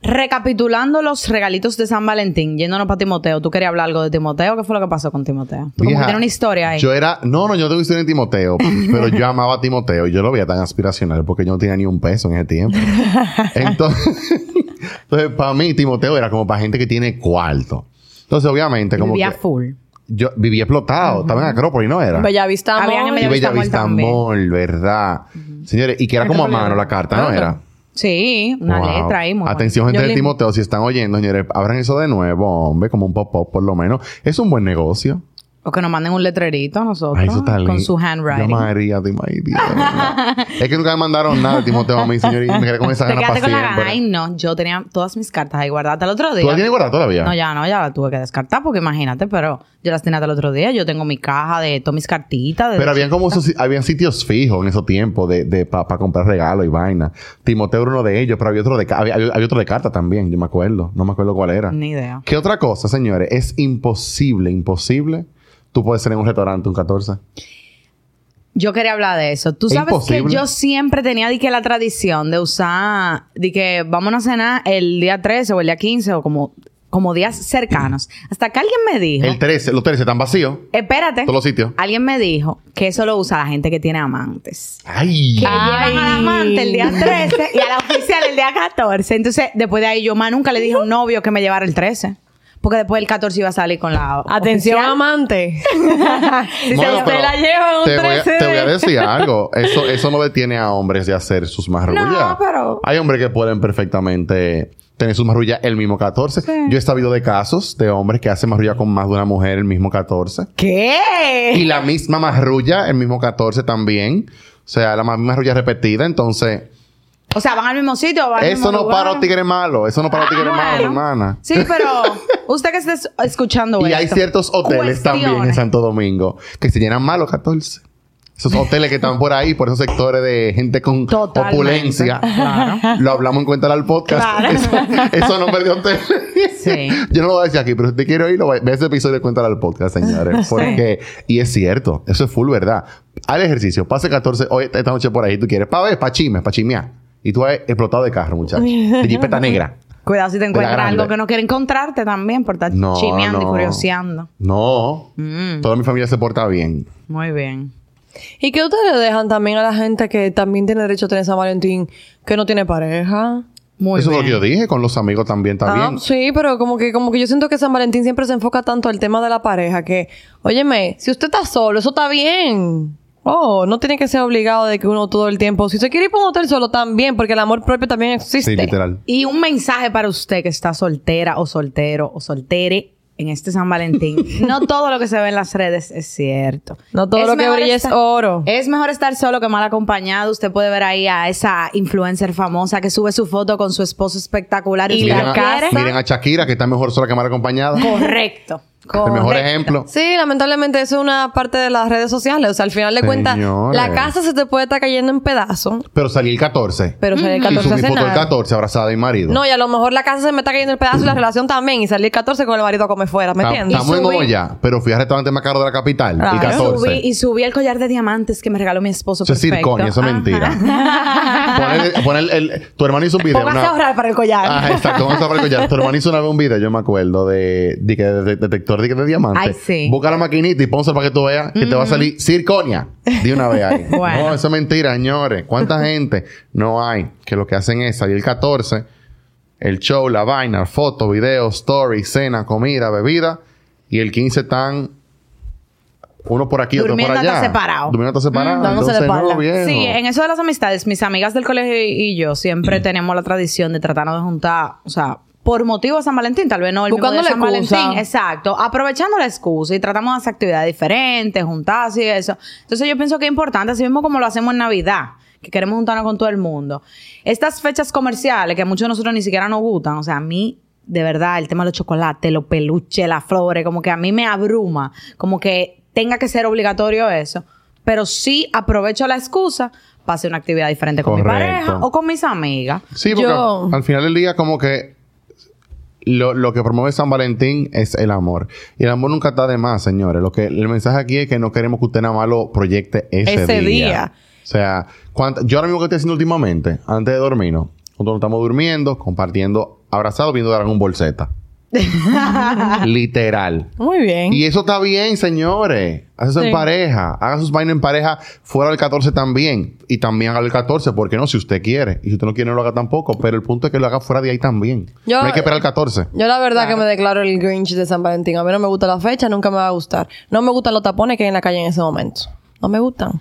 [SPEAKER 4] recapitulando los regalitos de San Valentín, yéndonos para Timoteo, ¿tú querías hablar algo de Timoteo? ¿Qué fue lo que pasó con Timoteo? Tú como
[SPEAKER 2] Vieja,
[SPEAKER 4] que tienes una historia ahí.
[SPEAKER 2] Yo era, no, no, yo no tengo historia en Timoteo, pero yo amaba a Timoteo y yo lo veía tan aspiracional porque yo no tenía ni un peso en ese tiempo. Entonces, entonces para mí Timoteo era como para gente que tiene cuarto. Entonces, obviamente, como
[SPEAKER 4] Vivía
[SPEAKER 2] que
[SPEAKER 4] full.
[SPEAKER 2] yo vivía explotado, estaba en Acrópolis, ¿no era?
[SPEAKER 3] Bellavista
[SPEAKER 4] Habían
[SPEAKER 3] Mall.
[SPEAKER 4] en
[SPEAKER 2] y
[SPEAKER 4] Bellavista Mall
[SPEAKER 2] Mall, ¿verdad? Señores, y que era como a mano la carta, ¿no Ah, era?
[SPEAKER 4] Sí, una
[SPEAKER 2] Wow.
[SPEAKER 4] letra ahí. Muy
[SPEAKER 2] Atención, gente
[SPEAKER 3] Yo
[SPEAKER 2] de
[SPEAKER 3] le-
[SPEAKER 2] Timoteo, si están oyendo, señores, abran eso de nuevo, hombre, como un pop-up por lo menos. Es un buen negocio.
[SPEAKER 4] buena. O que nos manden un letrerito a nosotros
[SPEAKER 2] Ay, eso está
[SPEAKER 4] con
[SPEAKER 2] lindo.
[SPEAKER 4] su handwriting.
[SPEAKER 2] Yo María, te imaginas. es que nunca me mandaron nada, Timoteo, a mí, señor, y me quedé con esa
[SPEAKER 4] Te
[SPEAKER 2] gana para
[SPEAKER 4] quedaste con la gana. Ay,
[SPEAKER 2] siempre.
[SPEAKER 4] no. Yo tenía todas mis cartas ahí guardadas hasta el otro día.
[SPEAKER 2] ¿Tú la tienes guardada todavía?
[SPEAKER 4] No, ya no, ya la tuve que descartar porque imagínate, pero yo las tenía hasta el otro día. Yo tengo mi caja de todas mis cartitas. de-
[SPEAKER 2] Pero habían como esos- habían sitios fijos en esos tiempos de, para comprar regalos y vaina. Timoteo era uno de ellos, pero había otro de, ca- había, había otro de carta también, yo me acuerdo. No me acuerdo cuál era.
[SPEAKER 4] Ni idea.
[SPEAKER 2] ¿Qué otra cosa, señores? Es imposible, imposible. Tú puedes ser en un restaurante un 14.
[SPEAKER 4] Yo quería hablar de eso. Tú
[SPEAKER 2] Es
[SPEAKER 4] sabes
[SPEAKER 2] imposible.
[SPEAKER 4] que yo siempre tenía di que la tradición de usar, de que vamos a cenar el día 13 o el día 15 o como, como días cercanos. Hasta que alguien me dijo,
[SPEAKER 2] El 13, los 13 están vacíos.
[SPEAKER 4] espérate,
[SPEAKER 2] Todos los sitios.
[SPEAKER 4] alguien me dijo que eso lo usa la gente que tiene amantes.
[SPEAKER 2] Ay.
[SPEAKER 4] Que llevan al amante el día 13 y a la oficial el día 14. Entonces, después de ahí, yo más nunca le dije a un novio que me llevara el 13. Porque después el 14 iba a salir con la.
[SPEAKER 3] Atención,
[SPEAKER 4] oficial.
[SPEAKER 3] amante.
[SPEAKER 4] Sí,
[SPEAKER 2] Bueno,
[SPEAKER 4] se-
[SPEAKER 2] pero
[SPEAKER 3] te la lleva un
[SPEAKER 2] te voy, a,
[SPEAKER 3] 13
[SPEAKER 2] te voy a
[SPEAKER 3] de-
[SPEAKER 2] decir algo. Eso, eso no detiene a hombres de hacer sus marrullas.
[SPEAKER 4] No, pero-
[SPEAKER 2] Hay hombres que pueden perfectamente tener sus marrullas el mismo 14. Yo he sabido de casos de hombres que hacen marrulla con más de una mujer el mismo 14.
[SPEAKER 4] ¿Qué?
[SPEAKER 2] Y la misma marrulla el mismo 14 también. O sea, la ma- misma marrulla repetida. Entonces,
[SPEAKER 4] O sea, van al mismo sitio. Van al
[SPEAKER 2] eso
[SPEAKER 4] mismo
[SPEAKER 2] no
[SPEAKER 4] lugar?
[SPEAKER 2] para los tigres malos. Eso no para los tigres
[SPEAKER 4] Ah, bueno.
[SPEAKER 2] malos, hermana.
[SPEAKER 4] Sí, pero usted que esté escuchando
[SPEAKER 2] Y hay
[SPEAKER 4] esto,
[SPEAKER 2] ciertos hoteles también en
[SPEAKER 4] cuestione.
[SPEAKER 2] Santo Domingo que se llenan más los 14. Esos hoteles que están por ahí, por esos sectores de gente con
[SPEAKER 4] Totalmente.
[SPEAKER 2] opulencia. Lo hablamos en cuenta al podcast. Eso, eso no perdió hotel.
[SPEAKER 4] Sí.
[SPEAKER 2] Yo no lo voy a decir aquí, pero si te quiero ir, lo voy- ve ese episodio de cuenta al podcast, señores. Porque, y es cierto, eso es full verdad. Al ejercicio, pase 14, hoy esta noche por ahí, tú quieres, pa' ver, pa' chisme, pa' chismear. Y tú has explotado de carro, muchacho. De jipeta negra.
[SPEAKER 4] Cuidado si te encuentras
[SPEAKER 2] grande.
[SPEAKER 4] algo que no quiere encontrarte también por estar
[SPEAKER 2] No,
[SPEAKER 4] chimeando y
[SPEAKER 2] no.
[SPEAKER 4] curioseando.
[SPEAKER 2] No.
[SPEAKER 4] Mm,
[SPEAKER 2] Toda mi familia se porta bien.
[SPEAKER 4] muy bien.
[SPEAKER 3] ¿Y qué ustedes le dejan también a la gente que también tiene derecho a tener San Valentín, que no tiene pareja?
[SPEAKER 4] Muy
[SPEAKER 2] Eso
[SPEAKER 4] bien.
[SPEAKER 2] es lo que yo dije, con los amigos también está
[SPEAKER 3] Ah,
[SPEAKER 2] bien.
[SPEAKER 3] sí, pero como que, como que yo siento que San Valentín siempre se enfoca tanto al tema de la pareja que, óyeme, si usted está solo, eso está bien. Oh, no tiene que ser obligado de que uno todo el tiempo. Si usted quiere ir para un hotel solo, también, porque el amor propio también existe.
[SPEAKER 2] Sí, literal.
[SPEAKER 4] Y un mensaje para usted que está soltera o soltero o soltere en este San Valentín. no todo lo que se ve en las redes es cierto.
[SPEAKER 3] No todo lo que
[SPEAKER 4] mejor
[SPEAKER 3] brilla es
[SPEAKER 4] estar-
[SPEAKER 3] oro.
[SPEAKER 4] Es mejor estar solo que mal acompañado. Usted puede ver ahí a esa influencer famosa que sube su foto con su esposo espectacular.
[SPEAKER 3] Y
[SPEAKER 4] usted
[SPEAKER 3] la
[SPEAKER 2] miren, a,
[SPEAKER 3] casa-
[SPEAKER 4] quiere.
[SPEAKER 2] miren a Shakira, que está mejor sola que mal acompañada.
[SPEAKER 4] Correcto.
[SPEAKER 2] El mejor
[SPEAKER 4] Correcto.
[SPEAKER 2] ejemplo.
[SPEAKER 3] Sí, lamentablemente eso es una parte de las redes sociales. O sea, al final de cuentas,
[SPEAKER 2] Señores.
[SPEAKER 3] la casa se te puede estar cayendo en pedazos.
[SPEAKER 2] Pero salí el 14.
[SPEAKER 3] Pero salí el
[SPEAKER 2] y
[SPEAKER 3] 14 a
[SPEAKER 2] subí foto el
[SPEAKER 3] cenar.
[SPEAKER 2] 14 abrazada de mi marido.
[SPEAKER 3] No, y a lo mejor la casa se me está cayendo en pedazos y la relación también. Y salí el 14 con el marido a comer fuera, ¿me
[SPEAKER 2] Ta-
[SPEAKER 3] entiendes?
[SPEAKER 2] Estamos en
[SPEAKER 4] subí-
[SPEAKER 2] olla, pero fui al restaurante más caro de la capital. El
[SPEAKER 3] Claro.
[SPEAKER 4] Y
[SPEAKER 2] 14.
[SPEAKER 4] subí, y subí el collar de diamantes que me regaló mi esposo.
[SPEAKER 2] Eso es
[SPEAKER 4] perfecto.
[SPEAKER 2] circonia, eso es
[SPEAKER 4] Ajá.
[SPEAKER 2] mentira. Poner, poner el, el- tu hermano hizo un video.
[SPEAKER 3] Póngase a ahorrar para el collar.
[SPEAKER 2] Ah, exacto. Vamos a ver con ya. Tu hermano hizo una vez un video, yo me acuerdo, de, de, que- de- de- detector de, de diamantes.
[SPEAKER 4] Ay, sí.
[SPEAKER 2] Busca la maquinita y pónselo para que tú veas que te va a salir circonia de una vez ahí.
[SPEAKER 4] Bueno.
[SPEAKER 2] No, eso es mentira, señores. ¿Cuánta gente no hay que lo que hacen es salir el 14, el show, la vaina, fotos, videos, stories, cena, comida, bebida, y el 15 están uno por aquí, otro por
[SPEAKER 4] Durmiendo
[SPEAKER 2] allá.
[SPEAKER 4] hasta separado.
[SPEAKER 2] Durmiendo hasta separado.
[SPEAKER 3] Mm, dándose la
[SPEAKER 2] Entonces, no,
[SPEAKER 3] espalda.
[SPEAKER 2] viejo.
[SPEAKER 4] Sí, en eso de las amistades, mis amigas del colegio y y yo
[SPEAKER 2] Mm.
[SPEAKER 4] siempre tenemos la tradición de tratarnos de juntar, o sea, por motivo de San Valentín, tal vez no el mismo
[SPEAKER 3] Buscando
[SPEAKER 4] día de San
[SPEAKER 3] la excusa.
[SPEAKER 4] Valentín, exacto, aprovechando la excusa y tratamos de hacer actividades diferentes, juntarse y eso. Entonces yo pienso que es importante, así mismo como lo hacemos en Navidad, que queremos juntarnos con todo el mundo. Estas fechas comerciales que a muchos de nosotros ni siquiera nos gustan, o sea, a mí de verdad el tema de los chocolates, los peluches, las flores, como que a mí me abruma, como que tenga que ser obligatorio eso, pero sí aprovecho la excusa para hacer una actividad diferente con mi
[SPEAKER 2] Correcto.
[SPEAKER 4] pareja o con mis amigas.
[SPEAKER 2] Sí, porque
[SPEAKER 3] Yo-
[SPEAKER 2] al final del día como que lo, lo que promueve San Valentín es el amor. Y el amor nunca está de más, señores. Lo que, el mensaje aquí es que no queremos que usted nada más lo proyecte ese,
[SPEAKER 3] Ese
[SPEAKER 2] día.
[SPEAKER 3] día.
[SPEAKER 2] O sea, cuant- yo ahora mismo que estoy haciendo últimamente, antes de dormirnos, cuando nos estamos durmiendo, compartiendo, abrazados, viendo Dragon Ball Z. Literal.
[SPEAKER 3] Muy bien.
[SPEAKER 2] Y eso está bien, señores. Haz eso en
[SPEAKER 3] ¿Mm? Sí.
[SPEAKER 2] pareja. Hagan sus vainas en pareja fuera del 14 también. Y también haga el 14, porque no, si usted quiere. Y si usted no quiere, no lo haga tampoco. Pero el punto es que lo haga fuera de ahí también.
[SPEAKER 3] Yo-
[SPEAKER 2] no hay que esperar el 14.
[SPEAKER 3] Yo la verdad que me declaro el Grinch de San Valentín. A mí no me gusta la fecha, nunca me va a gustar. No me gustan los tapones que hay en la calle en ese momento. No me gustan.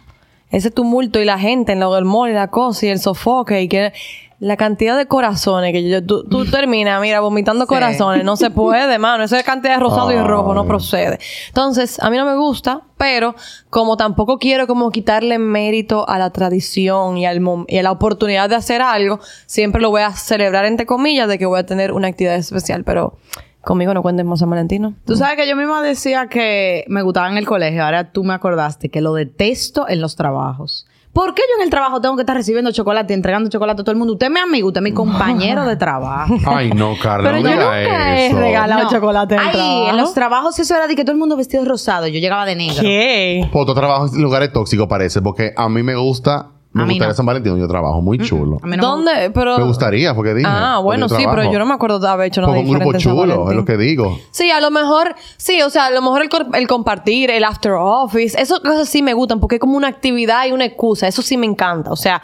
[SPEAKER 3] Ese tumulto y la gente en lo del mall y la cosa y el sofoque y que la cantidad de corazones que yo, tú, tú terminas, mira, vomitando corazones. No se puede, mano. Esa cantidad de rosado y rojo no
[SPEAKER 2] Ay.
[SPEAKER 3] procede. Entonces, a mí no me gusta, pero como tampoco quiero como quitarle mérito a la tradición y, al mom- y a la oportunidad de hacer algo, siempre lo voy a celebrar entre comillas de que voy a tener una actividad especial, pero conmigo no cuenten más San Valentino.
[SPEAKER 4] Tú sabes que yo misma decía que me gustaba en el colegio, ahora tú me acordaste que lo detesto en los trabajos. ¿Por qué yo en el trabajo tengo que estar recibiendo chocolate, entregando chocolate a todo el mundo? Usted es mi amigo, usted es mi compañero de trabajo.
[SPEAKER 2] Ay, no, Carla.
[SPEAKER 3] Pero
[SPEAKER 2] no
[SPEAKER 3] yo
[SPEAKER 2] diga
[SPEAKER 3] nunca he
[SPEAKER 2] eso.
[SPEAKER 3] regalado- Al chocolate en el
[SPEAKER 4] Ay,
[SPEAKER 3] trabajo.
[SPEAKER 4] en los trabajos eso era de que todo el mundo vestido de rosado. Yo llegaba de negro.
[SPEAKER 3] ¿Qué?
[SPEAKER 2] Pues, tú trabajas en lugares tóxicos, parece. Porque a mí me gusta... Me
[SPEAKER 4] A mí
[SPEAKER 2] gustaría
[SPEAKER 4] no.
[SPEAKER 2] San Valentín. donde Yo trabajo muy chulo.
[SPEAKER 4] A mí no me gusta.
[SPEAKER 3] ¿Dónde? Pero...
[SPEAKER 2] Me gustaría, porque dije.
[SPEAKER 3] Ah, bueno, sí, pero yo no me acuerdo de haber hecho nada
[SPEAKER 2] Con un grupo
[SPEAKER 3] diferente en San
[SPEAKER 2] chulo, es
[SPEAKER 3] Valentín.
[SPEAKER 2] lo que digo.
[SPEAKER 3] Sí, a lo mejor, sí, o sea, a lo mejor el, cor- el compartir, el after office, esas cosas sí me gustan porque es como una actividad y una excusa, eso sí me encanta, o sea,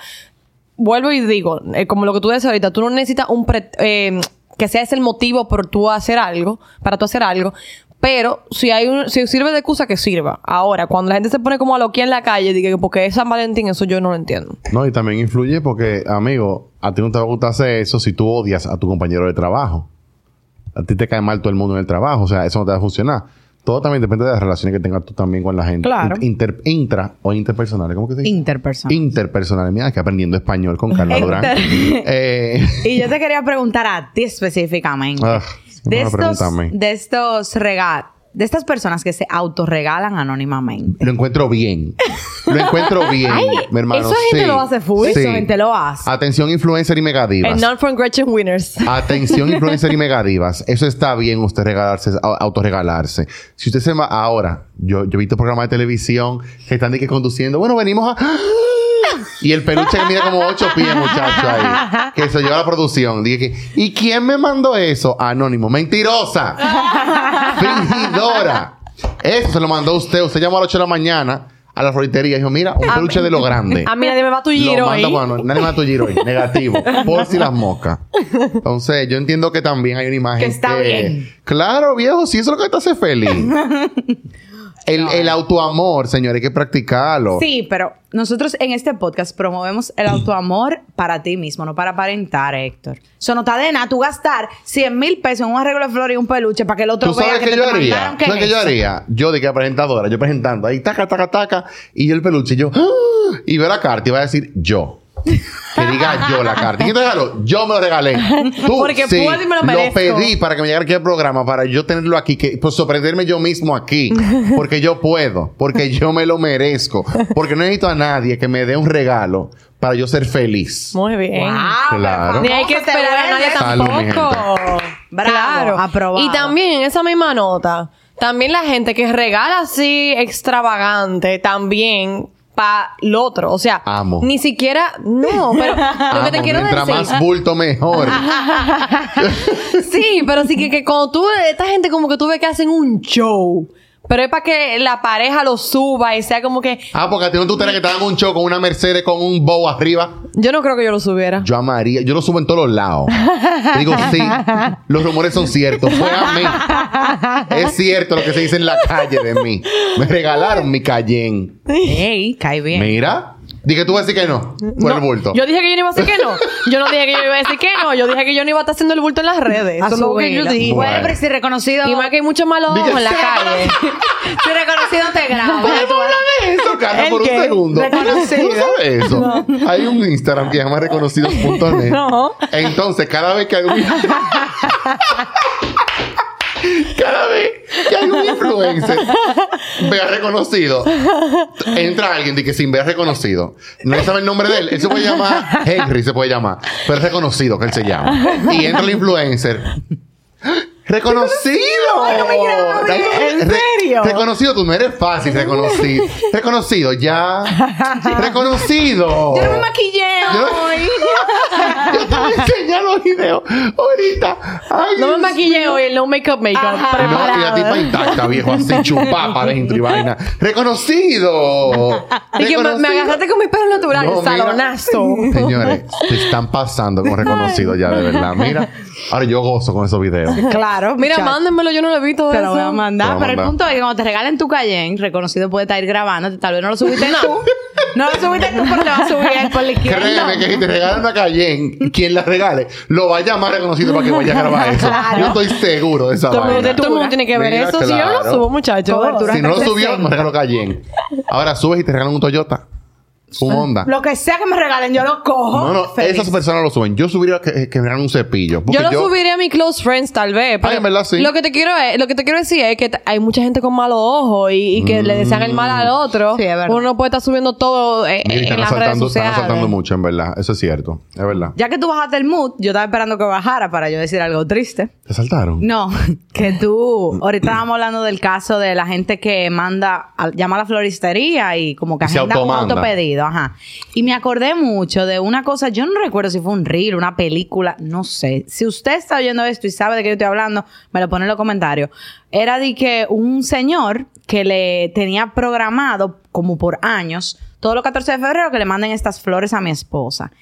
[SPEAKER 3] vuelvo y digo, eh, como lo que tú decías ahorita, tú no necesitas un pre- eh, que sea ese el motivo por tú hacer algo, para tú hacer algo, pero si hay un, si sirve de excusa que sirva. Ahora, cuando la gente se pone como a loquía en la calle, digo, porque es San Valentín, eso yo no lo entiendo.
[SPEAKER 2] No, y también influye porque, amigo, a ti no te va a gustar hacer eso si tú odias a tu compañero de trabajo. A ti te cae mal todo el mundo en el trabajo, o sea, eso no te va a funcionar. Todo también depende de las relaciones que tengas tú también con la gente.
[SPEAKER 4] Claro.
[SPEAKER 2] In- inter- intra o interpersonales, ¿cómo que se dice?
[SPEAKER 4] Interpersonal.
[SPEAKER 2] interpersonales. Mira, que aprendiendo español con Carla Durán.
[SPEAKER 4] Inter-
[SPEAKER 2] Eh,
[SPEAKER 4] Y yo te quería preguntar a ti específicamente.
[SPEAKER 2] ah, siempre
[SPEAKER 4] de,
[SPEAKER 2] me
[SPEAKER 4] estos,
[SPEAKER 2] preguntan a mí.
[SPEAKER 4] de estos rega- de estas personas que se autorregalan anónimamente.
[SPEAKER 2] Lo encuentro bien. Lo encuentro bien, mi hermano.
[SPEAKER 4] eso gente
[SPEAKER 2] sí.
[SPEAKER 4] lo hace full. Eso
[SPEAKER 2] Sí.
[SPEAKER 4] gente lo hace.
[SPEAKER 2] Atención, influencer y megadivas.
[SPEAKER 3] And not from Gretchen Winners.
[SPEAKER 2] Atención, influencer y megadivas. Eso está bien, usted regalarse, au- autorregalarse. Si usted se va ahora, yo, yo he visto programas de televisión que están de que conduciendo. Bueno, venimos a. Y el peluche que mira como ocho pies, muchacho, ahí. Que se lleva a la producción. Dije que, ¿y quién me mandó eso? Anónimo. Mentirosa. Fingidora. Eso se lo mandó usted. Usted llamó a las 8 de la mañana a la floritería y dijo, mira, un peluche de lo grande.
[SPEAKER 3] A mí nadie me va a tullir
[SPEAKER 2] Lo
[SPEAKER 3] hoy.
[SPEAKER 2] manda cuando- nadie manda tu giro hoy. Negativo. Por si las moscas. Entonces, yo entiendo que también hay una imagen.
[SPEAKER 4] Que está bien.
[SPEAKER 2] Claro, viejo, si eso es lo que te hace feliz. El, el autoamor, señores, hay que practicarlo.
[SPEAKER 4] Sí, pero nosotros en este podcast promovemos
[SPEAKER 2] Mm.
[SPEAKER 4] el autoamor para ti mismo, no para aparentar, Héctor. Eso no está de nada tú gastar 100 mil pesos en un arreglo de flores y un peluche para que el otro
[SPEAKER 2] ¿Tú sabes
[SPEAKER 4] vea
[SPEAKER 2] qué
[SPEAKER 4] que
[SPEAKER 2] yo
[SPEAKER 4] te
[SPEAKER 2] haría?
[SPEAKER 4] mandaron
[SPEAKER 2] ¿Tú
[SPEAKER 4] que
[SPEAKER 2] ¿Sabes qué
[SPEAKER 4] es
[SPEAKER 2] yo
[SPEAKER 4] eso.
[SPEAKER 2] haría? Yo de que presentadora, yo presentando ahí, taca, taca, taca, y yo el peluche, y yo, ¡ah! y veo la carta y va a decir, yo. Que diga yo la carta. ¿Quién te regaló? Yo me lo regalé. Tú,
[SPEAKER 3] Porque
[SPEAKER 2] sí,
[SPEAKER 3] puedo y me lo merezco.
[SPEAKER 2] pedí para que me llegara aquí el programa, para yo tenerlo aquí, que, pues, sorprenderme yo mismo aquí. Porque yo puedo, porque yo me lo merezco. Porque no necesito a nadie que me dé un regalo para yo ser feliz.
[SPEAKER 3] Muy bien.
[SPEAKER 2] Claro.
[SPEAKER 3] Ni hay que
[SPEAKER 4] ¿Cómo se
[SPEAKER 3] esperar a
[SPEAKER 4] vuelve?
[SPEAKER 3] nadie
[SPEAKER 2] Salud, mi
[SPEAKER 3] tampoco.
[SPEAKER 4] Bravo, aprobado.
[SPEAKER 3] Y también en esa misma nota, también la gente que regala así extravagante, también para el otro. O sea,
[SPEAKER 2] Amo.
[SPEAKER 3] ni siquiera. No, pero lo que te
[SPEAKER 2] Amo,
[SPEAKER 3] quiero
[SPEAKER 2] mientras
[SPEAKER 3] decir.
[SPEAKER 2] más bulto, mejor.
[SPEAKER 3] Sí, pero sí que, que cuando tú, esta gente como que tú ves que hacen un show. Pero es para que la pareja lo suba y sea como que.
[SPEAKER 2] ah, porque a ti no tú tenías que te hagan un show con una Mercedes con un bow arriba.
[SPEAKER 3] Yo no creo que yo lo subiera.
[SPEAKER 2] Yo amaría, yo lo subo en todos los lados. Te digo, sí, los rumores son ciertos. Fue a mí. Es cierto lo que se dice en la calle de mí. Me regalaron mi Cayenne.
[SPEAKER 4] Ey, cae bien.
[SPEAKER 2] Mira. Dije tú vas a decir que no. Por el
[SPEAKER 3] No,
[SPEAKER 2] bulto.
[SPEAKER 3] Yo dije que yo no iba a decir que no. Yo no dije que yo iba a decir que no. Yo dije que yo no iba a estar haciendo el bulto en las redes.
[SPEAKER 4] A
[SPEAKER 3] Eso es lo
[SPEAKER 4] su
[SPEAKER 3] que yo
[SPEAKER 4] vela.
[SPEAKER 3] dije.
[SPEAKER 4] Bueno,
[SPEAKER 2] Bueno.
[SPEAKER 4] pero si reconocido.
[SPEAKER 3] Y más que hay mucho malo ojo
[SPEAKER 2] Dije,
[SPEAKER 3] en la
[SPEAKER 2] sí.
[SPEAKER 3] calle.
[SPEAKER 4] Si reconocido te grabo.
[SPEAKER 2] ¿Por qué tú hablas de eso, Carla,
[SPEAKER 3] ¿El
[SPEAKER 2] por un
[SPEAKER 3] qué?
[SPEAKER 2] segundo?
[SPEAKER 3] ¿Reconocido?
[SPEAKER 2] ¿Tú sabes eso? Hay un Instagram que se llama reconocidos.net.
[SPEAKER 3] No.
[SPEAKER 2] Entonces, cada vez que algún... cada vez que algún influencer vea reconocido, entra alguien de que sin ver reconocido. No sabe el nombre de él. Él se puede llamar Henry, se puede llamar. Pero es reconocido que él se llama. Y entra el influencer. ¡Reconocido!
[SPEAKER 3] ¿En
[SPEAKER 2] Re-
[SPEAKER 3] serio?
[SPEAKER 2] Reconocido, tú no eres fácil, reconocido. reconocido, ya. reconocido.
[SPEAKER 4] Yo no me maquillé
[SPEAKER 2] Yo-
[SPEAKER 4] hoy.
[SPEAKER 2] Yo te voy a enseñar los videos ahorita. Ay,
[SPEAKER 3] No me
[SPEAKER 2] Dios
[SPEAKER 3] maquillé hoy, el no makeup makeup.
[SPEAKER 4] Ajá.
[SPEAKER 2] no, y la tipa
[SPEAKER 3] Preparada.
[SPEAKER 2] intacta, viejo, así chupá para adentro y vaina. ¡Reconocido!
[SPEAKER 3] Y que me, me
[SPEAKER 2] Reconocido.
[SPEAKER 3] agarraste con mi pelo natural,
[SPEAKER 2] No, mira.
[SPEAKER 3] salonazo.
[SPEAKER 2] Señores, se están pasando con reconocido ya, de verdad. Mira, ahora yo gozo con esos videos.
[SPEAKER 4] Claro.
[SPEAKER 3] Mira,
[SPEAKER 4] Oh, muchacho.
[SPEAKER 3] mándenmelo, yo no lo he visto.
[SPEAKER 4] Te
[SPEAKER 3] eso.
[SPEAKER 4] lo voy a mandar.
[SPEAKER 2] Te lo voy a
[SPEAKER 4] pero el
[SPEAKER 2] mandar.
[SPEAKER 4] punto es que cuando te regalen tu Cayenne, reconocido puede estar grabando. Tal vez no lo subiste tú. No lo subiste tú, pero te va a subir él por la izquierda.
[SPEAKER 2] Créeme que si te regalan una Cayenne, quien la regale, lo va a llamar reconocido para que vaya a grabar eso. Yo estoy seguro de esa
[SPEAKER 3] Todo el mundo-
[SPEAKER 2] vaina.
[SPEAKER 3] todo el mundo tiene que ver
[SPEAKER 2] Mira,
[SPEAKER 3] eso. Si yo no lo
[SPEAKER 2] claro.
[SPEAKER 3] subo, muchachos.
[SPEAKER 4] Cobertura.
[SPEAKER 2] Si no lo
[SPEAKER 4] Durante
[SPEAKER 2] subió,
[SPEAKER 4] presente.
[SPEAKER 2] no regaló Cayenne. Ahora subes y te regalan un Toyota.
[SPEAKER 3] Ah.
[SPEAKER 2] Un Honda.
[SPEAKER 4] Lo que sea que me regalen, yo lo cojo.
[SPEAKER 2] No, no,
[SPEAKER 4] Oh, Feliz.
[SPEAKER 2] esas personas lo suben. Yo subiría que, que me regalan un cepillo. porque
[SPEAKER 3] Yo lo subiré a mi close friends tal vez, pero
[SPEAKER 2] en verdad, sí.
[SPEAKER 3] lo que te quiero es- lo que te quiero decir es que t- hay mucha gente con malos ojos y, y que le desean el mal al otro.
[SPEAKER 4] Sí, es verdad.
[SPEAKER 3] Uno no puede estar subiendo todo eh,
[SPEAKER 2] Mira,
[SPEAKER 3] eh, en
[SPEAKER 2] están
[SPEAKER 3] las redes
[SPEAKER 2] asaltando, están
[SPEAKER 3] sociales.
[SPEAKER 2] asaltando mucho, en verdad. Eso es cierto. Es verdad.
[SPEAKER 4] Ya que tú bajaste el mood, yo estaba esperando que bajara para yo decir algo triste.
[SPEAKER 2] ¿Te asaltaron?
[SPEAKER 4] No, que tú. Ahorita estábamos hablando del caso de la gente que manda, al- llama a la floristería y como que
[SPEAKER 2] Y se
[SPEAKER 4] agenda un
[SPEAKER 2] automanda.
[SPEAKER 4] autopedido. Ajá. Y me acordé mucho de una cosa, yo no recuerdo si fue un reel, una película, no sé. Si usted está oyendo esto y sabe de qué yo estoy hablando, me lo pone en los comentarios. Era de que un señor que le tenía programado como por años, todos los 14 de febrero, que le manden estas flores a mi esposa.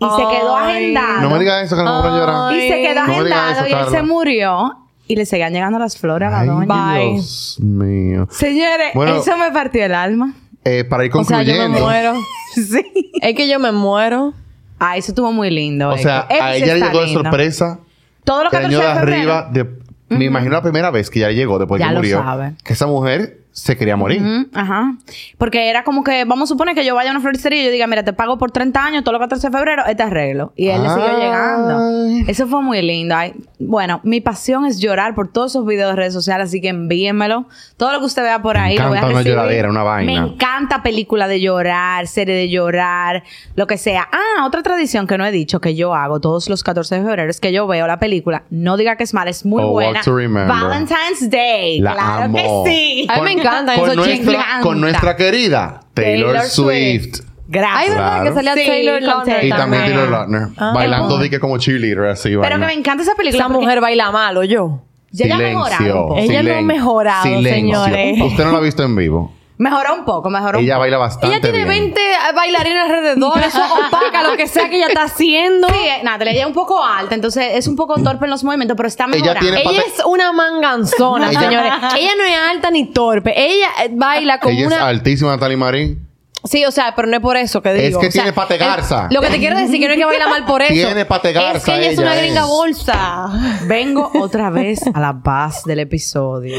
[SPEAKER 4] Y se quedó
[SPEAKER 3] Ay.
[SPEAKER 4] agendado.
[SPEAKER 2] No me digas eso que no me voy a llorar.
[SPEAKER 4] Y se quedó
[SPEAKER 2] No me digas
[SPEAKER 4] agendado
[SPEAKER 2] eso,
[SPEAKER 4] y él
[SPEAKER 2] Carla.
[SPEAKER 4] se murió y le seguían llegando las flores a la doña.
[SPEAKER 2] Ay,
[SPEAKER 3] Bye.
[SPEAKER 2] Dios mío.
[SPEAKER 4] Señores,
[SPEAKER 2] Bueno.
[SPEAKER 4] eso me partió el alma.
[SPEAKER 2] Eh, para ir
[SPEAKER 3] O sea,
[SPEAKER 2] concluyendo.
[SPEAKER 3] yo me muero.
[SPEAKER 4] Sí.
[SPEAKER 3] es que yo me muero.
[SPEAKER 4] Ah, eso estuvo muy lindo.
[SPEAKER 2] O sea,
[SPEAKER 4] Héctor. Eso
[SPEAKER 2] a
[SPEAKER 4] sí
[SPEAKER 2] ella le
[SPEAKER 4] está
[SPEAKER 2] llegó de
[SPEAKER 4] lindo.
[SPEAKER 2] sorpresa.
[SPEAKER 4] Todos los
[SPEAKER 2] Que
[SPEAKER 4] 14
[SPEAKER 2] año
[SPEAKER 4] de
[SPEAKER 2] de
[SPEAKER 4] febrero.
[SPEAKER 2] arriba, de- me imagino la primera vez que ya le llegó después
[SPEAKER 4] Ya
[SPEAKER 2] que
[SPEAKER 4] lo
[SPEAKER 2] murió,
[SPEAKER 4] sabe.
[SPEAKER 2] que esa mujer se quería morir.
[SPEAKER 4] Ujú, Ajá. Porque era como que, vamos a suponer que yo vaya a una floristería y yo diga, mira, te pago por 30 años, todos los 14 de febrero, este arreglo. Y él le siguió
[SPEAKER 2] Ay.
[SPEAKER 4] llegando. Eso fue muy lindo. Ay, bueno, mi pasión es llorar por todos esos videos de redes sociales, así que envíenmelo. Todo lo que usted vea por
[SPEAKER 2] Me
[SPEAKER 4] ahí, lo voy a
[SPEAKER 2] encanta una
[SPEAKER 4] recibir.
[SPEAKER 2] lloradera, una vaina.
[SPEAKER 4] Me encanta película de llorar, serie de llorar, lo que sea. Ah, otra tradición que no he dicho que yo hago todos los 14 de febrero es que yo veo la película. No diga que es mala, es muy
[SPEAKER 2] Oh, Walk
[SPEAKER 4] buena.
[SPEAKER 2] to Remember.
[SPEAKER 4] Valentine's Day.
[SPEAKER 2] La
[SPEAKER 4] claro
[SPEAKER 2] amo.
[SPEAKER 4] que sí.
[SPEAKER 3] A mí me encantan
[SPEAKER 2] con
[SPEAKER 3] esos
[SPEAKER 2] nuestra,
[SPEAKER 4] chismes.
[SPEAKER 2] Con nuestra querida Taylor,
[SPEAKER 4] Taylor
[SPEAKER 2] Swift.
[SPEAKER 4] Gracias.
[SPEAKER 3] Ay, verdad
[SPEAKER 2] Claro.
[SPEAKER 3] que salía
[SPEAKER 4] Ah, Sí,
[SPEAKER 3] Taylor
[SPEAKER 4] con
[SPEAKER 3] Lautner
[SPEAKER 2] Y
[SPEAKER 4] Taylor.
[SPEAKER 2] también Taylor
[SPEAKER 4] Ah.
[SPEAKER 2] Lautner. bailando
[SPEAKER 4] bueno.
[SPEAKER 2] de que como cheerleader así.
[SPEAKER 4] Pero
[SPEAKER 2] vaina.
[SPEAKER 4] que me encanta esa película.
[SPEAKER 3] Esa
[SPEAKER 4] porque
[SPEAKER 3] mujer baila malo, yo.
[SPEAKER 4] Llega a mejorar un poco.
[SPEAKER 3] Ella no ha
[SPEAKER 2] silencio,
[SPEAKER 3] mejorado,
[SPEAKER 2] silencio.
[SPEAKER 3] señores.
[SPEAKER 2] Usted no la ha visto en vivo.
[SPEAKER 4] Mejoró un poco, mejoró un
[SPEAKER 2] Ella
[SPEAKER 4] poco.
[SPEAKER 2] baila bastante
[SPEAKER 3] Ella tiene
[SPEAKER 2] bien.
[SPEAKER 3] 20 bailarines alrededor, eso opaca lo que sea que ella está haciendo.
[SPEAKER 4] Sí, eh, Natalia, ella es un poco alta, entonces es un poco torpe en los movimientos, pero está mejorando.
[SPEAKER 2] tiene-
[SPEAKER 3] Ella
[SPEAKER 2] pata-
[SPEAKER 3] es una manganzona,
[SPEAKER 2] Ella-
[SPEAKER 3] señores. Ella no es alta ni torpe. Ella eh, baila como
[SPEAKER 2] Ella
[SPEAKER 3] una.
[SPEAKER 2] es altísima, Natalie Marín.
[SPEAKER 3] Sí, o sea, pero no es por eso que digo.
[SPEAKER 2] Es que
[SPEAKER 3] O sea,
[SPEAKER 2] tiene pate
[SPEAKER 3] el-
[SPEAKER 2] garza.
[SPEAKER 3] Lo que te quiero decir que no es que baila mal por eso.
[SPEAKER 2] Tiene pate garza,
[SPEAKER 3] Es que ella es
[SPEAKER 2] ella
[SPEAKER 3] una
[SPEAKER 2] es.
[SPEAKER 3] gringa bolsa.
[SPEAKER 4] Vengo otra vez a la paz del episodio.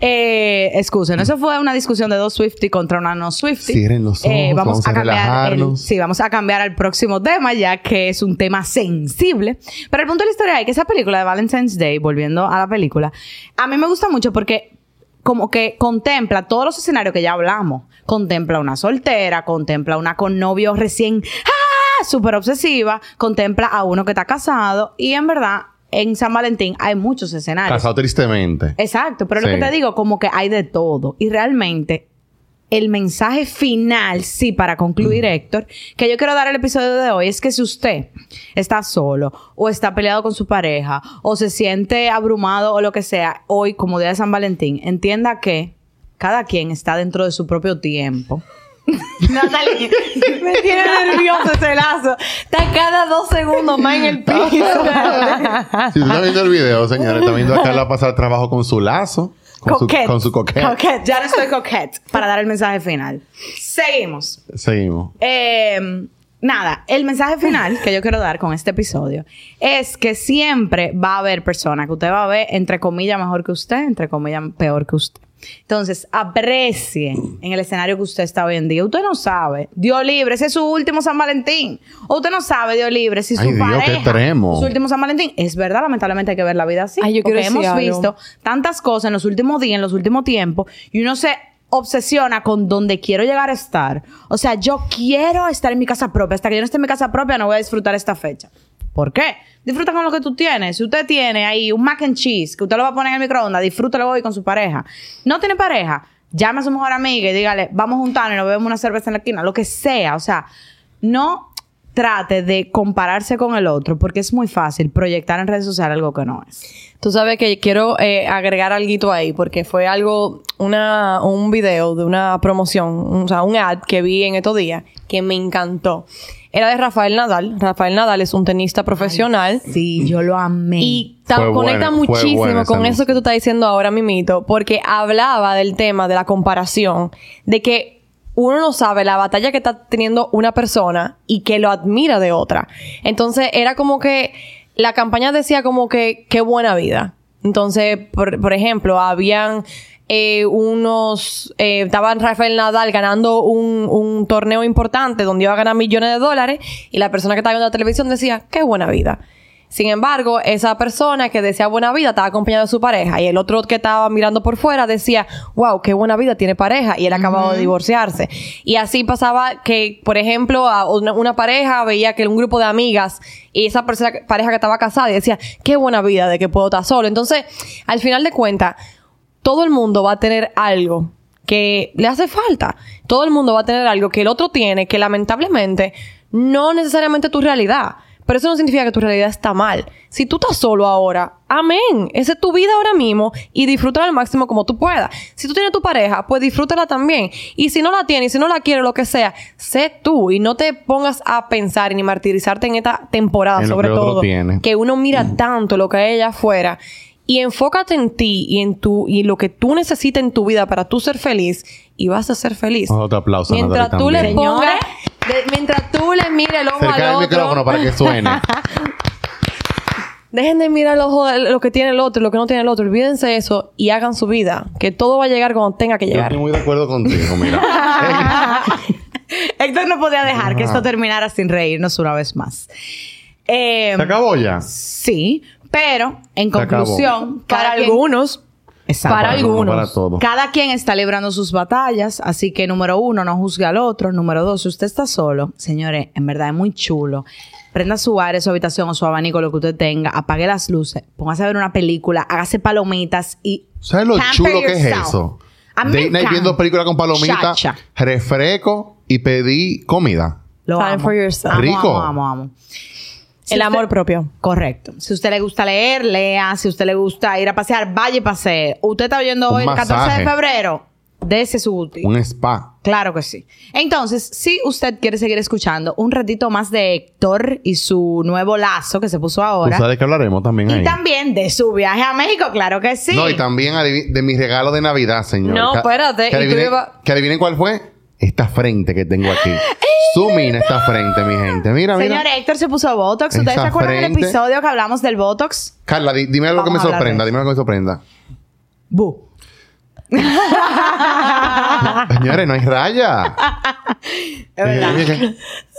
[SPEAKER 4] Eh, excusen, eso fue una discusión de dos Swifty contra una no Swifty. Eh,
[SPEAKER 2] Cierren los ojos, vamos a
[SPEAKER 4] cambiar el-
[SPEAKER 2] relajarnos.
[SPEAKER 4] sí, vamos a cambiar al próximo tema, ya que es un tema sensible. Pero el punto de la historia es que esa película de Valentine's Day, volviendo a la película, a mí me gusta mucho porque como que contempla todos los escenarios que ya hablamos. Contempla una soltera, contempla una con novio recién ¡ah! súper obsesiva, contempla a uno que está casado y en verdad en San Valentín hay muchos escenarios.
[SPEAKER 2] Casado tristemente.
[SPEAKER 4] Exacto, pero lo
[SPEAKER 2] Sí.
[SPEAKER 4] que te digo, como que hay de todo. Y realmente, el mensaje final, sí, para concluir, Héctor, que yo quiero dar el episodio de hoy es que si usted está solo o está peleado con su pareja o se siente abrumado o lo que sea, hoy, como día de San Valentín, entienda que cada quien está dentro de su propio tiempo.
[SPEAKER 3] Natalie, me tiene nervioso ese lazo. Está cada dos segundos más en el piso.
[SPEAKER 2] Si usted está viendo el video, señores, está viendo a Carla pasar trabajo con su lazo, con
[SPEAKER 4] Coquette.
[SPEAKER 2] su, con su coquete.
[SPEAKER 4] Coquette, ya no estoy coquette para dar el mensaje final. Seguimos.
[SPEAKER 2] Seguimos.
[SPEAKER 4] Eh, nada, el mensaje final que yo quiero dar con este episodio es que siempre va a haber personas que usted va a ver, entre comillas, mejor que usted, entre comillas, peor que usted. Entonces, aprecie en el escenario que usted está hoy en día. Usted no sabe, Dios libre, ese es su último San Valentín. O usted no sabe, Dios libre, si su
[SPEAKER 2] Ay, Dios, qué
[SPEAKER 4] pareja,
[SPEAKER 2] extremo.
[SPEAKER 4] su último San Valentín. Es verdad, lamentablemente hay que ver la vida así.
[SPEAKER 3] Ay, yo quiero
[SPEAKER 4] porque hemos
[SPEAKER 3] decir algo.
[SPEAKER 4] visto tantas cosas en los últimos días, en los últimos tiempos, y uno se obsesiona con donde quiero llegar a estar. O sea, yo quiero estar en mi casa propia. Hasta que yo no esté en mi casa propia, no voy a disfrutar esta fecha. ¿Por qué? Disfruta con lo que tú tienes. Si usted tiene ahí un mac and cheese que usted lo va a poner en el microondas, disfrútalo hoy con su pareja. No tiene pareja, llame a su mejor amiga y dígale, vamos a juntarnos y nos bebemos una cerveza en la esquina, lo que sea. O sea, no trate de compararse con el otro porque es muy fácil proyectar en redes sociales algo que no es.
[SPEAKER 3] Tú sabes que quiero eh, agregar algo ahí, porque fue algo, una, un video de una promoción, o sea, un ad que vi en estos días que me encantó. Era de Rafael Nadal. Rafael Nadal es un tenista profesional.
[SPEAKER 4] Sí, yo lo amé.
[SPEAKER 3] Y ta-
[SPEAKER 2] Fue
[SPEAKER 3] conecta
[SPEAKER 2] bueno, fue
[SPEAKER 3] muchísimo
[SPEAKER 2] bueno esa
[SPEAKER 3] con
[SPEAKER 2] música.
[SPEAKER 3] eso que tú estás diciendo ahora, Mimito, porque hablaba del tema de la comparación, de que uno no sabe la batalla que está teniendo una persona y que lo admira de otra. Entonces, era como que la campaña decía como que qué buena vida. Entonces, por, por ejemplo, habían eh, unos... eh, estaba Rafael Nadal ganando un, un torneo importante donde iba a ganar millones de dólares y la persona que estaba viendo la televisión decía, qué buena vida. Sin embargo, esa persona que decía buena vida estaba acompañada de su pareja y el otro que estaba mirando por fuera decía, wow, qué buena vida tiene pareja y él acababa de divorciarse. Y así pasaba que, por ejemplo, a una, una pareja veía que un grupo de amigas y esa persona, pareja que estaba casada y decía, qué buena vida de que puedo estar solo. Entonces, al final de cuentas, todo el mundo va a tener algo que le hace falta. Todo el mundo va a tener algo que el otro tiene, que lamentablemente no necesariamente tu realidad. Pero eso no significa que tu realidad está mal. Si tú estás solo ahora, amén. Esa es tu vida ahora mismo y disfrútala al máximo como tú puedas. Si tú tienes tu pareja, pues disfrútala también. Y si no la tienes, si no la quieres, lo que sea, sé tú y no te pongas a pensar y ni martirizarte en esta temporada,
[SPEAKER 2] En lo
[SPEAKER 3] sobre
[SPEAKER 2] que el otro
[SPEAKER 3] todo,
[SPEAKER 2] tiene.
[SPEAKER 3] que uno
[SPEAKER 2] Mm.
[SPEAKER 3] mira tanto lo que hay allá afuera y enfócate en ti y en tu y lo que tú necesitas en tu vida para tú ser feliz y vas a ser feliz.
[SPEAKER 2] Otro aplauso. a
[SPEAKER 3] mientras
[SPEAKER 2] Natalie
[SPEAKER 3] tú le
[SPEAKER 2] también.
[SPEAKER 3] pongas, de- mientras tú le mires el ojo
[SPEAKER 2] Cerca
[SPEAKER 3] al
[SPEAKER 2] del
[SPEAKER 3] otro.
[SPEAKER 2] micrófono para que suene.
[SPEAKER 3] Dejen de mirar el ojo de lo que tiene el otro, y lo que no tiene el otro. Olvídense eso y hagan su vida, que todo va a llegar cuando tenga que
[SPEAKER 2] Yo
[SPEAKER 3] llegar.
[SPEAKER 2] estoy muy de acuerdo contigo, mira.
[SPEAKER 4] Héctor no podía dejar que esto terminara sin reírnos una vez más. Eh,
[SPEAKER 2] ¿Se acabó ya?
[SPEAKER 4] sí, pero en
[SPEAKER 2] Se acabó.
[SPEAKER 4] conclusión,
[SPEAKER 3] Para
[SPEAKER 4] cada quien-
[SPEAKER 3] algunos,
[SPEAKER 4] Exacto.
[SPEAKER 3] para
[SPEAKER 2] algunos,
[SPEAKER 3] algunos.
[SPEAKER 2] Para todos.
[SPEAKER 4] Cada quien está librando sus batallas, así que número uno, no juzgue al otro. Número dos, si usted está solo, señores, en verdad es muy chulo. Prenda su área, su habitación o su abanico, lo que usted tenga, apague las luces, póngase a ver una película, hágase palomitas y.
[SPEAKER 2] ¿Sabes lo
[SPEAKER 4] pamper
[SPEAKER 2] chulo que es
[SPEAKER 4] yourself.
[SPEAKER 2] eso?
[SPEAKER 4] A mí me
[SPEAKER 2] Date night
[SPEAKER 4] encanta.
[SPEAKER 2] viendo película con palomita,
[SPEAKER 4] Chacha.
[SPEAKER 2] refresco y pedí comida.
[SPEAKER 4] Lo
[SPEAKER 3] Time
[SPEAKER 4] amo.
[SPEAKER 3] for yourself.
[SPEAKER 4] Amo,
[SPEAKER 2] Rico.
[SPEAKER 4] amo, amo, amo. Si
[SPEAKER 3] el
[SPEAKER 4] usted-
[SPEAKER 3] amor propio.
[SPEAKER 4] Correcto. Si usted le gusta leer, lea. Si usted le gusta ir a pasear, vaya y pasee. Usted está oyendo
[SPEAKER 2] Un
[SPEAKER 4] hoy el 14
[SPEAKER 2] masaje.
[SPEAKER 4] de febrero. Dese su boutique.
[SPEAKER 2] Un spa.
[SPEAKER 4] Claro que sí. Entonces, si usted quiere seguir escuchando un ratito más de Héctor y su nuevo lazo que se puso
[SPEAKER 2] ¿Tú
[SPEAKER 4] ahora.
[SPEAKER 2] sabes que hablaremos también ahí?
[SPEAKER 4] Y también de su viaje a México, claro que sí.
[SPEAKER 2] No, y también adivi- de mi regalo de Navidad, señor.
[SPEAKER 3] No,
[SPEAKER 2] Ca-
[SPEAKER 3] espérate,
[SPEAKER 2] Que
[SPEAKER 3] y tú
[SPEAKER 2] adivinen,
[SPEAKER 3] iba-
[SPEAKER 2] que adivinen cuál fue. esta frente que tengo
[SPEAKER 4] ¡Eh,
[SPEAKER 2] aquí. Zoom in a esta frente, mi gente. Mira, mira.
[SPEAKER 4] Señor Héctor se puso Botox. ¿Ustedes
[SPEAKER 2] Esa
[SPEAKER 4] se acuerdan del
[SPEAKER 2] frente.
[SPEAKER 4] episodio que hablamos del Botox?
[SPEAKER 2] Carla, di- dime algo que me
[SPEAKER 4] Vamos a hablar de
[SPEAKER 2] sorprenda.
[SPEAKER 4] eso.
[SPEAKER 2] Dime algo que me sorprenda.
[SPEAKER 4] Bu.
[SPEAKER 2] Señores, no hay raya. Eh,
[SPEAKER 4] Es verdad.
[SPEAKER 2] Yo- yo-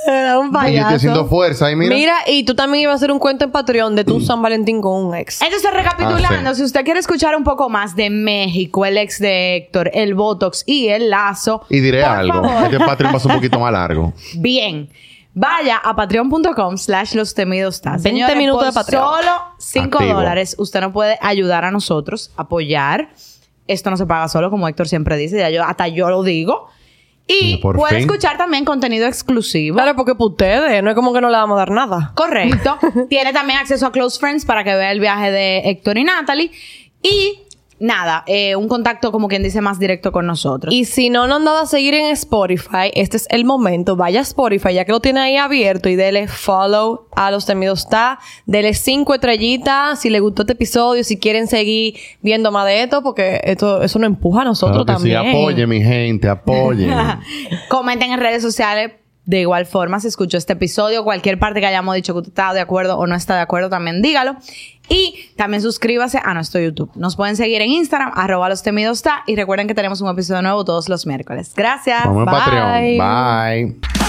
[SPEAKER 2] yo-
[SPEAKER 3] Era un
[SPEAKER 2] yo estoy haciendo fuerza y mira.
[SPEAKER 3] Mira. y tú también ibas a hacer un cuento en Patreon de tu San Valentín con un ex.
[SPEAKER 4] Entonces, recapitulando,
[SPEAKER 2] Ah, sí.
[SPEAKER 4] si usted quiere escuchar un poco más de México, el ex de Héctor, el Botox y el lazo.
[SPEAKER 2] y diré
[SPEAKER 4] por
[SPEAKER 2] algo.
[SPEAKER 4] favor,
[SPEAKER 2] Este Patreon pasó un poquito más largo.
[SPEAKER 4] Bien. Vaya a patreon.com slash los temidos Taz.
[SPEAKER 3] 20
[SPEAKER 4] Señores,
[SPEAKER 3] minutos
[SPEAKER 4] por
[SPEAKER 3] de Patreon.
[SPEAKER 4] Solo 5
[SPEAKER 2] Activo.
[SPEAKER 4] dólares. Usted nos puede ayudar a nosotros, apoyar. Esto no se paga solo, como Héctor siempre dice. Ya yo, hasta yo lo digo. Y
[SPEAKER 2] Por
[SPEAKER 4] puede
[SPEAKER 2] fin.
[SPEAKER 4] escuchar también contenido exclusivo.
[SPEAKER 3] Claro, porque para ustedes, no es como que no le vamos a dar nada.
[SPEAKER 4] Correcto. Tiene también acceso a Close Friends para que vea el viaje de Héctor y Natalie. Y nada, eh, un contacto como quien dice más directo con nosotros.
[SPEAKER 3] Y si no nos han dado a seguir en Spotify, este es el momento. Vaya a Spotify, ya que lo tiene ahí abierto y dele follow a los temidos está. Dele cinco estrellitas si le gustó este episodio, si quieren seguir viendo más de esto, porque esto, eso nos empuja a nosotros
[SPEAKER 2] Claro que sí,
[SPEAKER 3] también.
[SPEAKER 2] apoyen, mi gente, apoyen.
[SPEAKER 4] Comenten en redes sociales. De igual forma, si escuchó este episodio, cualquier parte que hayamos dicho que usted está de acuerdo o no está de acuerdo, también dígalo. Y también suscríbase a nuestro YouTube. Nos pueden seguir en Instagram, arroba los temidos ta, Y recuerden que tenemos un episodio nuevo todos los miércoles. Gracias.
[SPEAKER 2] Vamos en
[SPEAKER 4] Bye.
[SPEAKER 2] Patreon. Bye.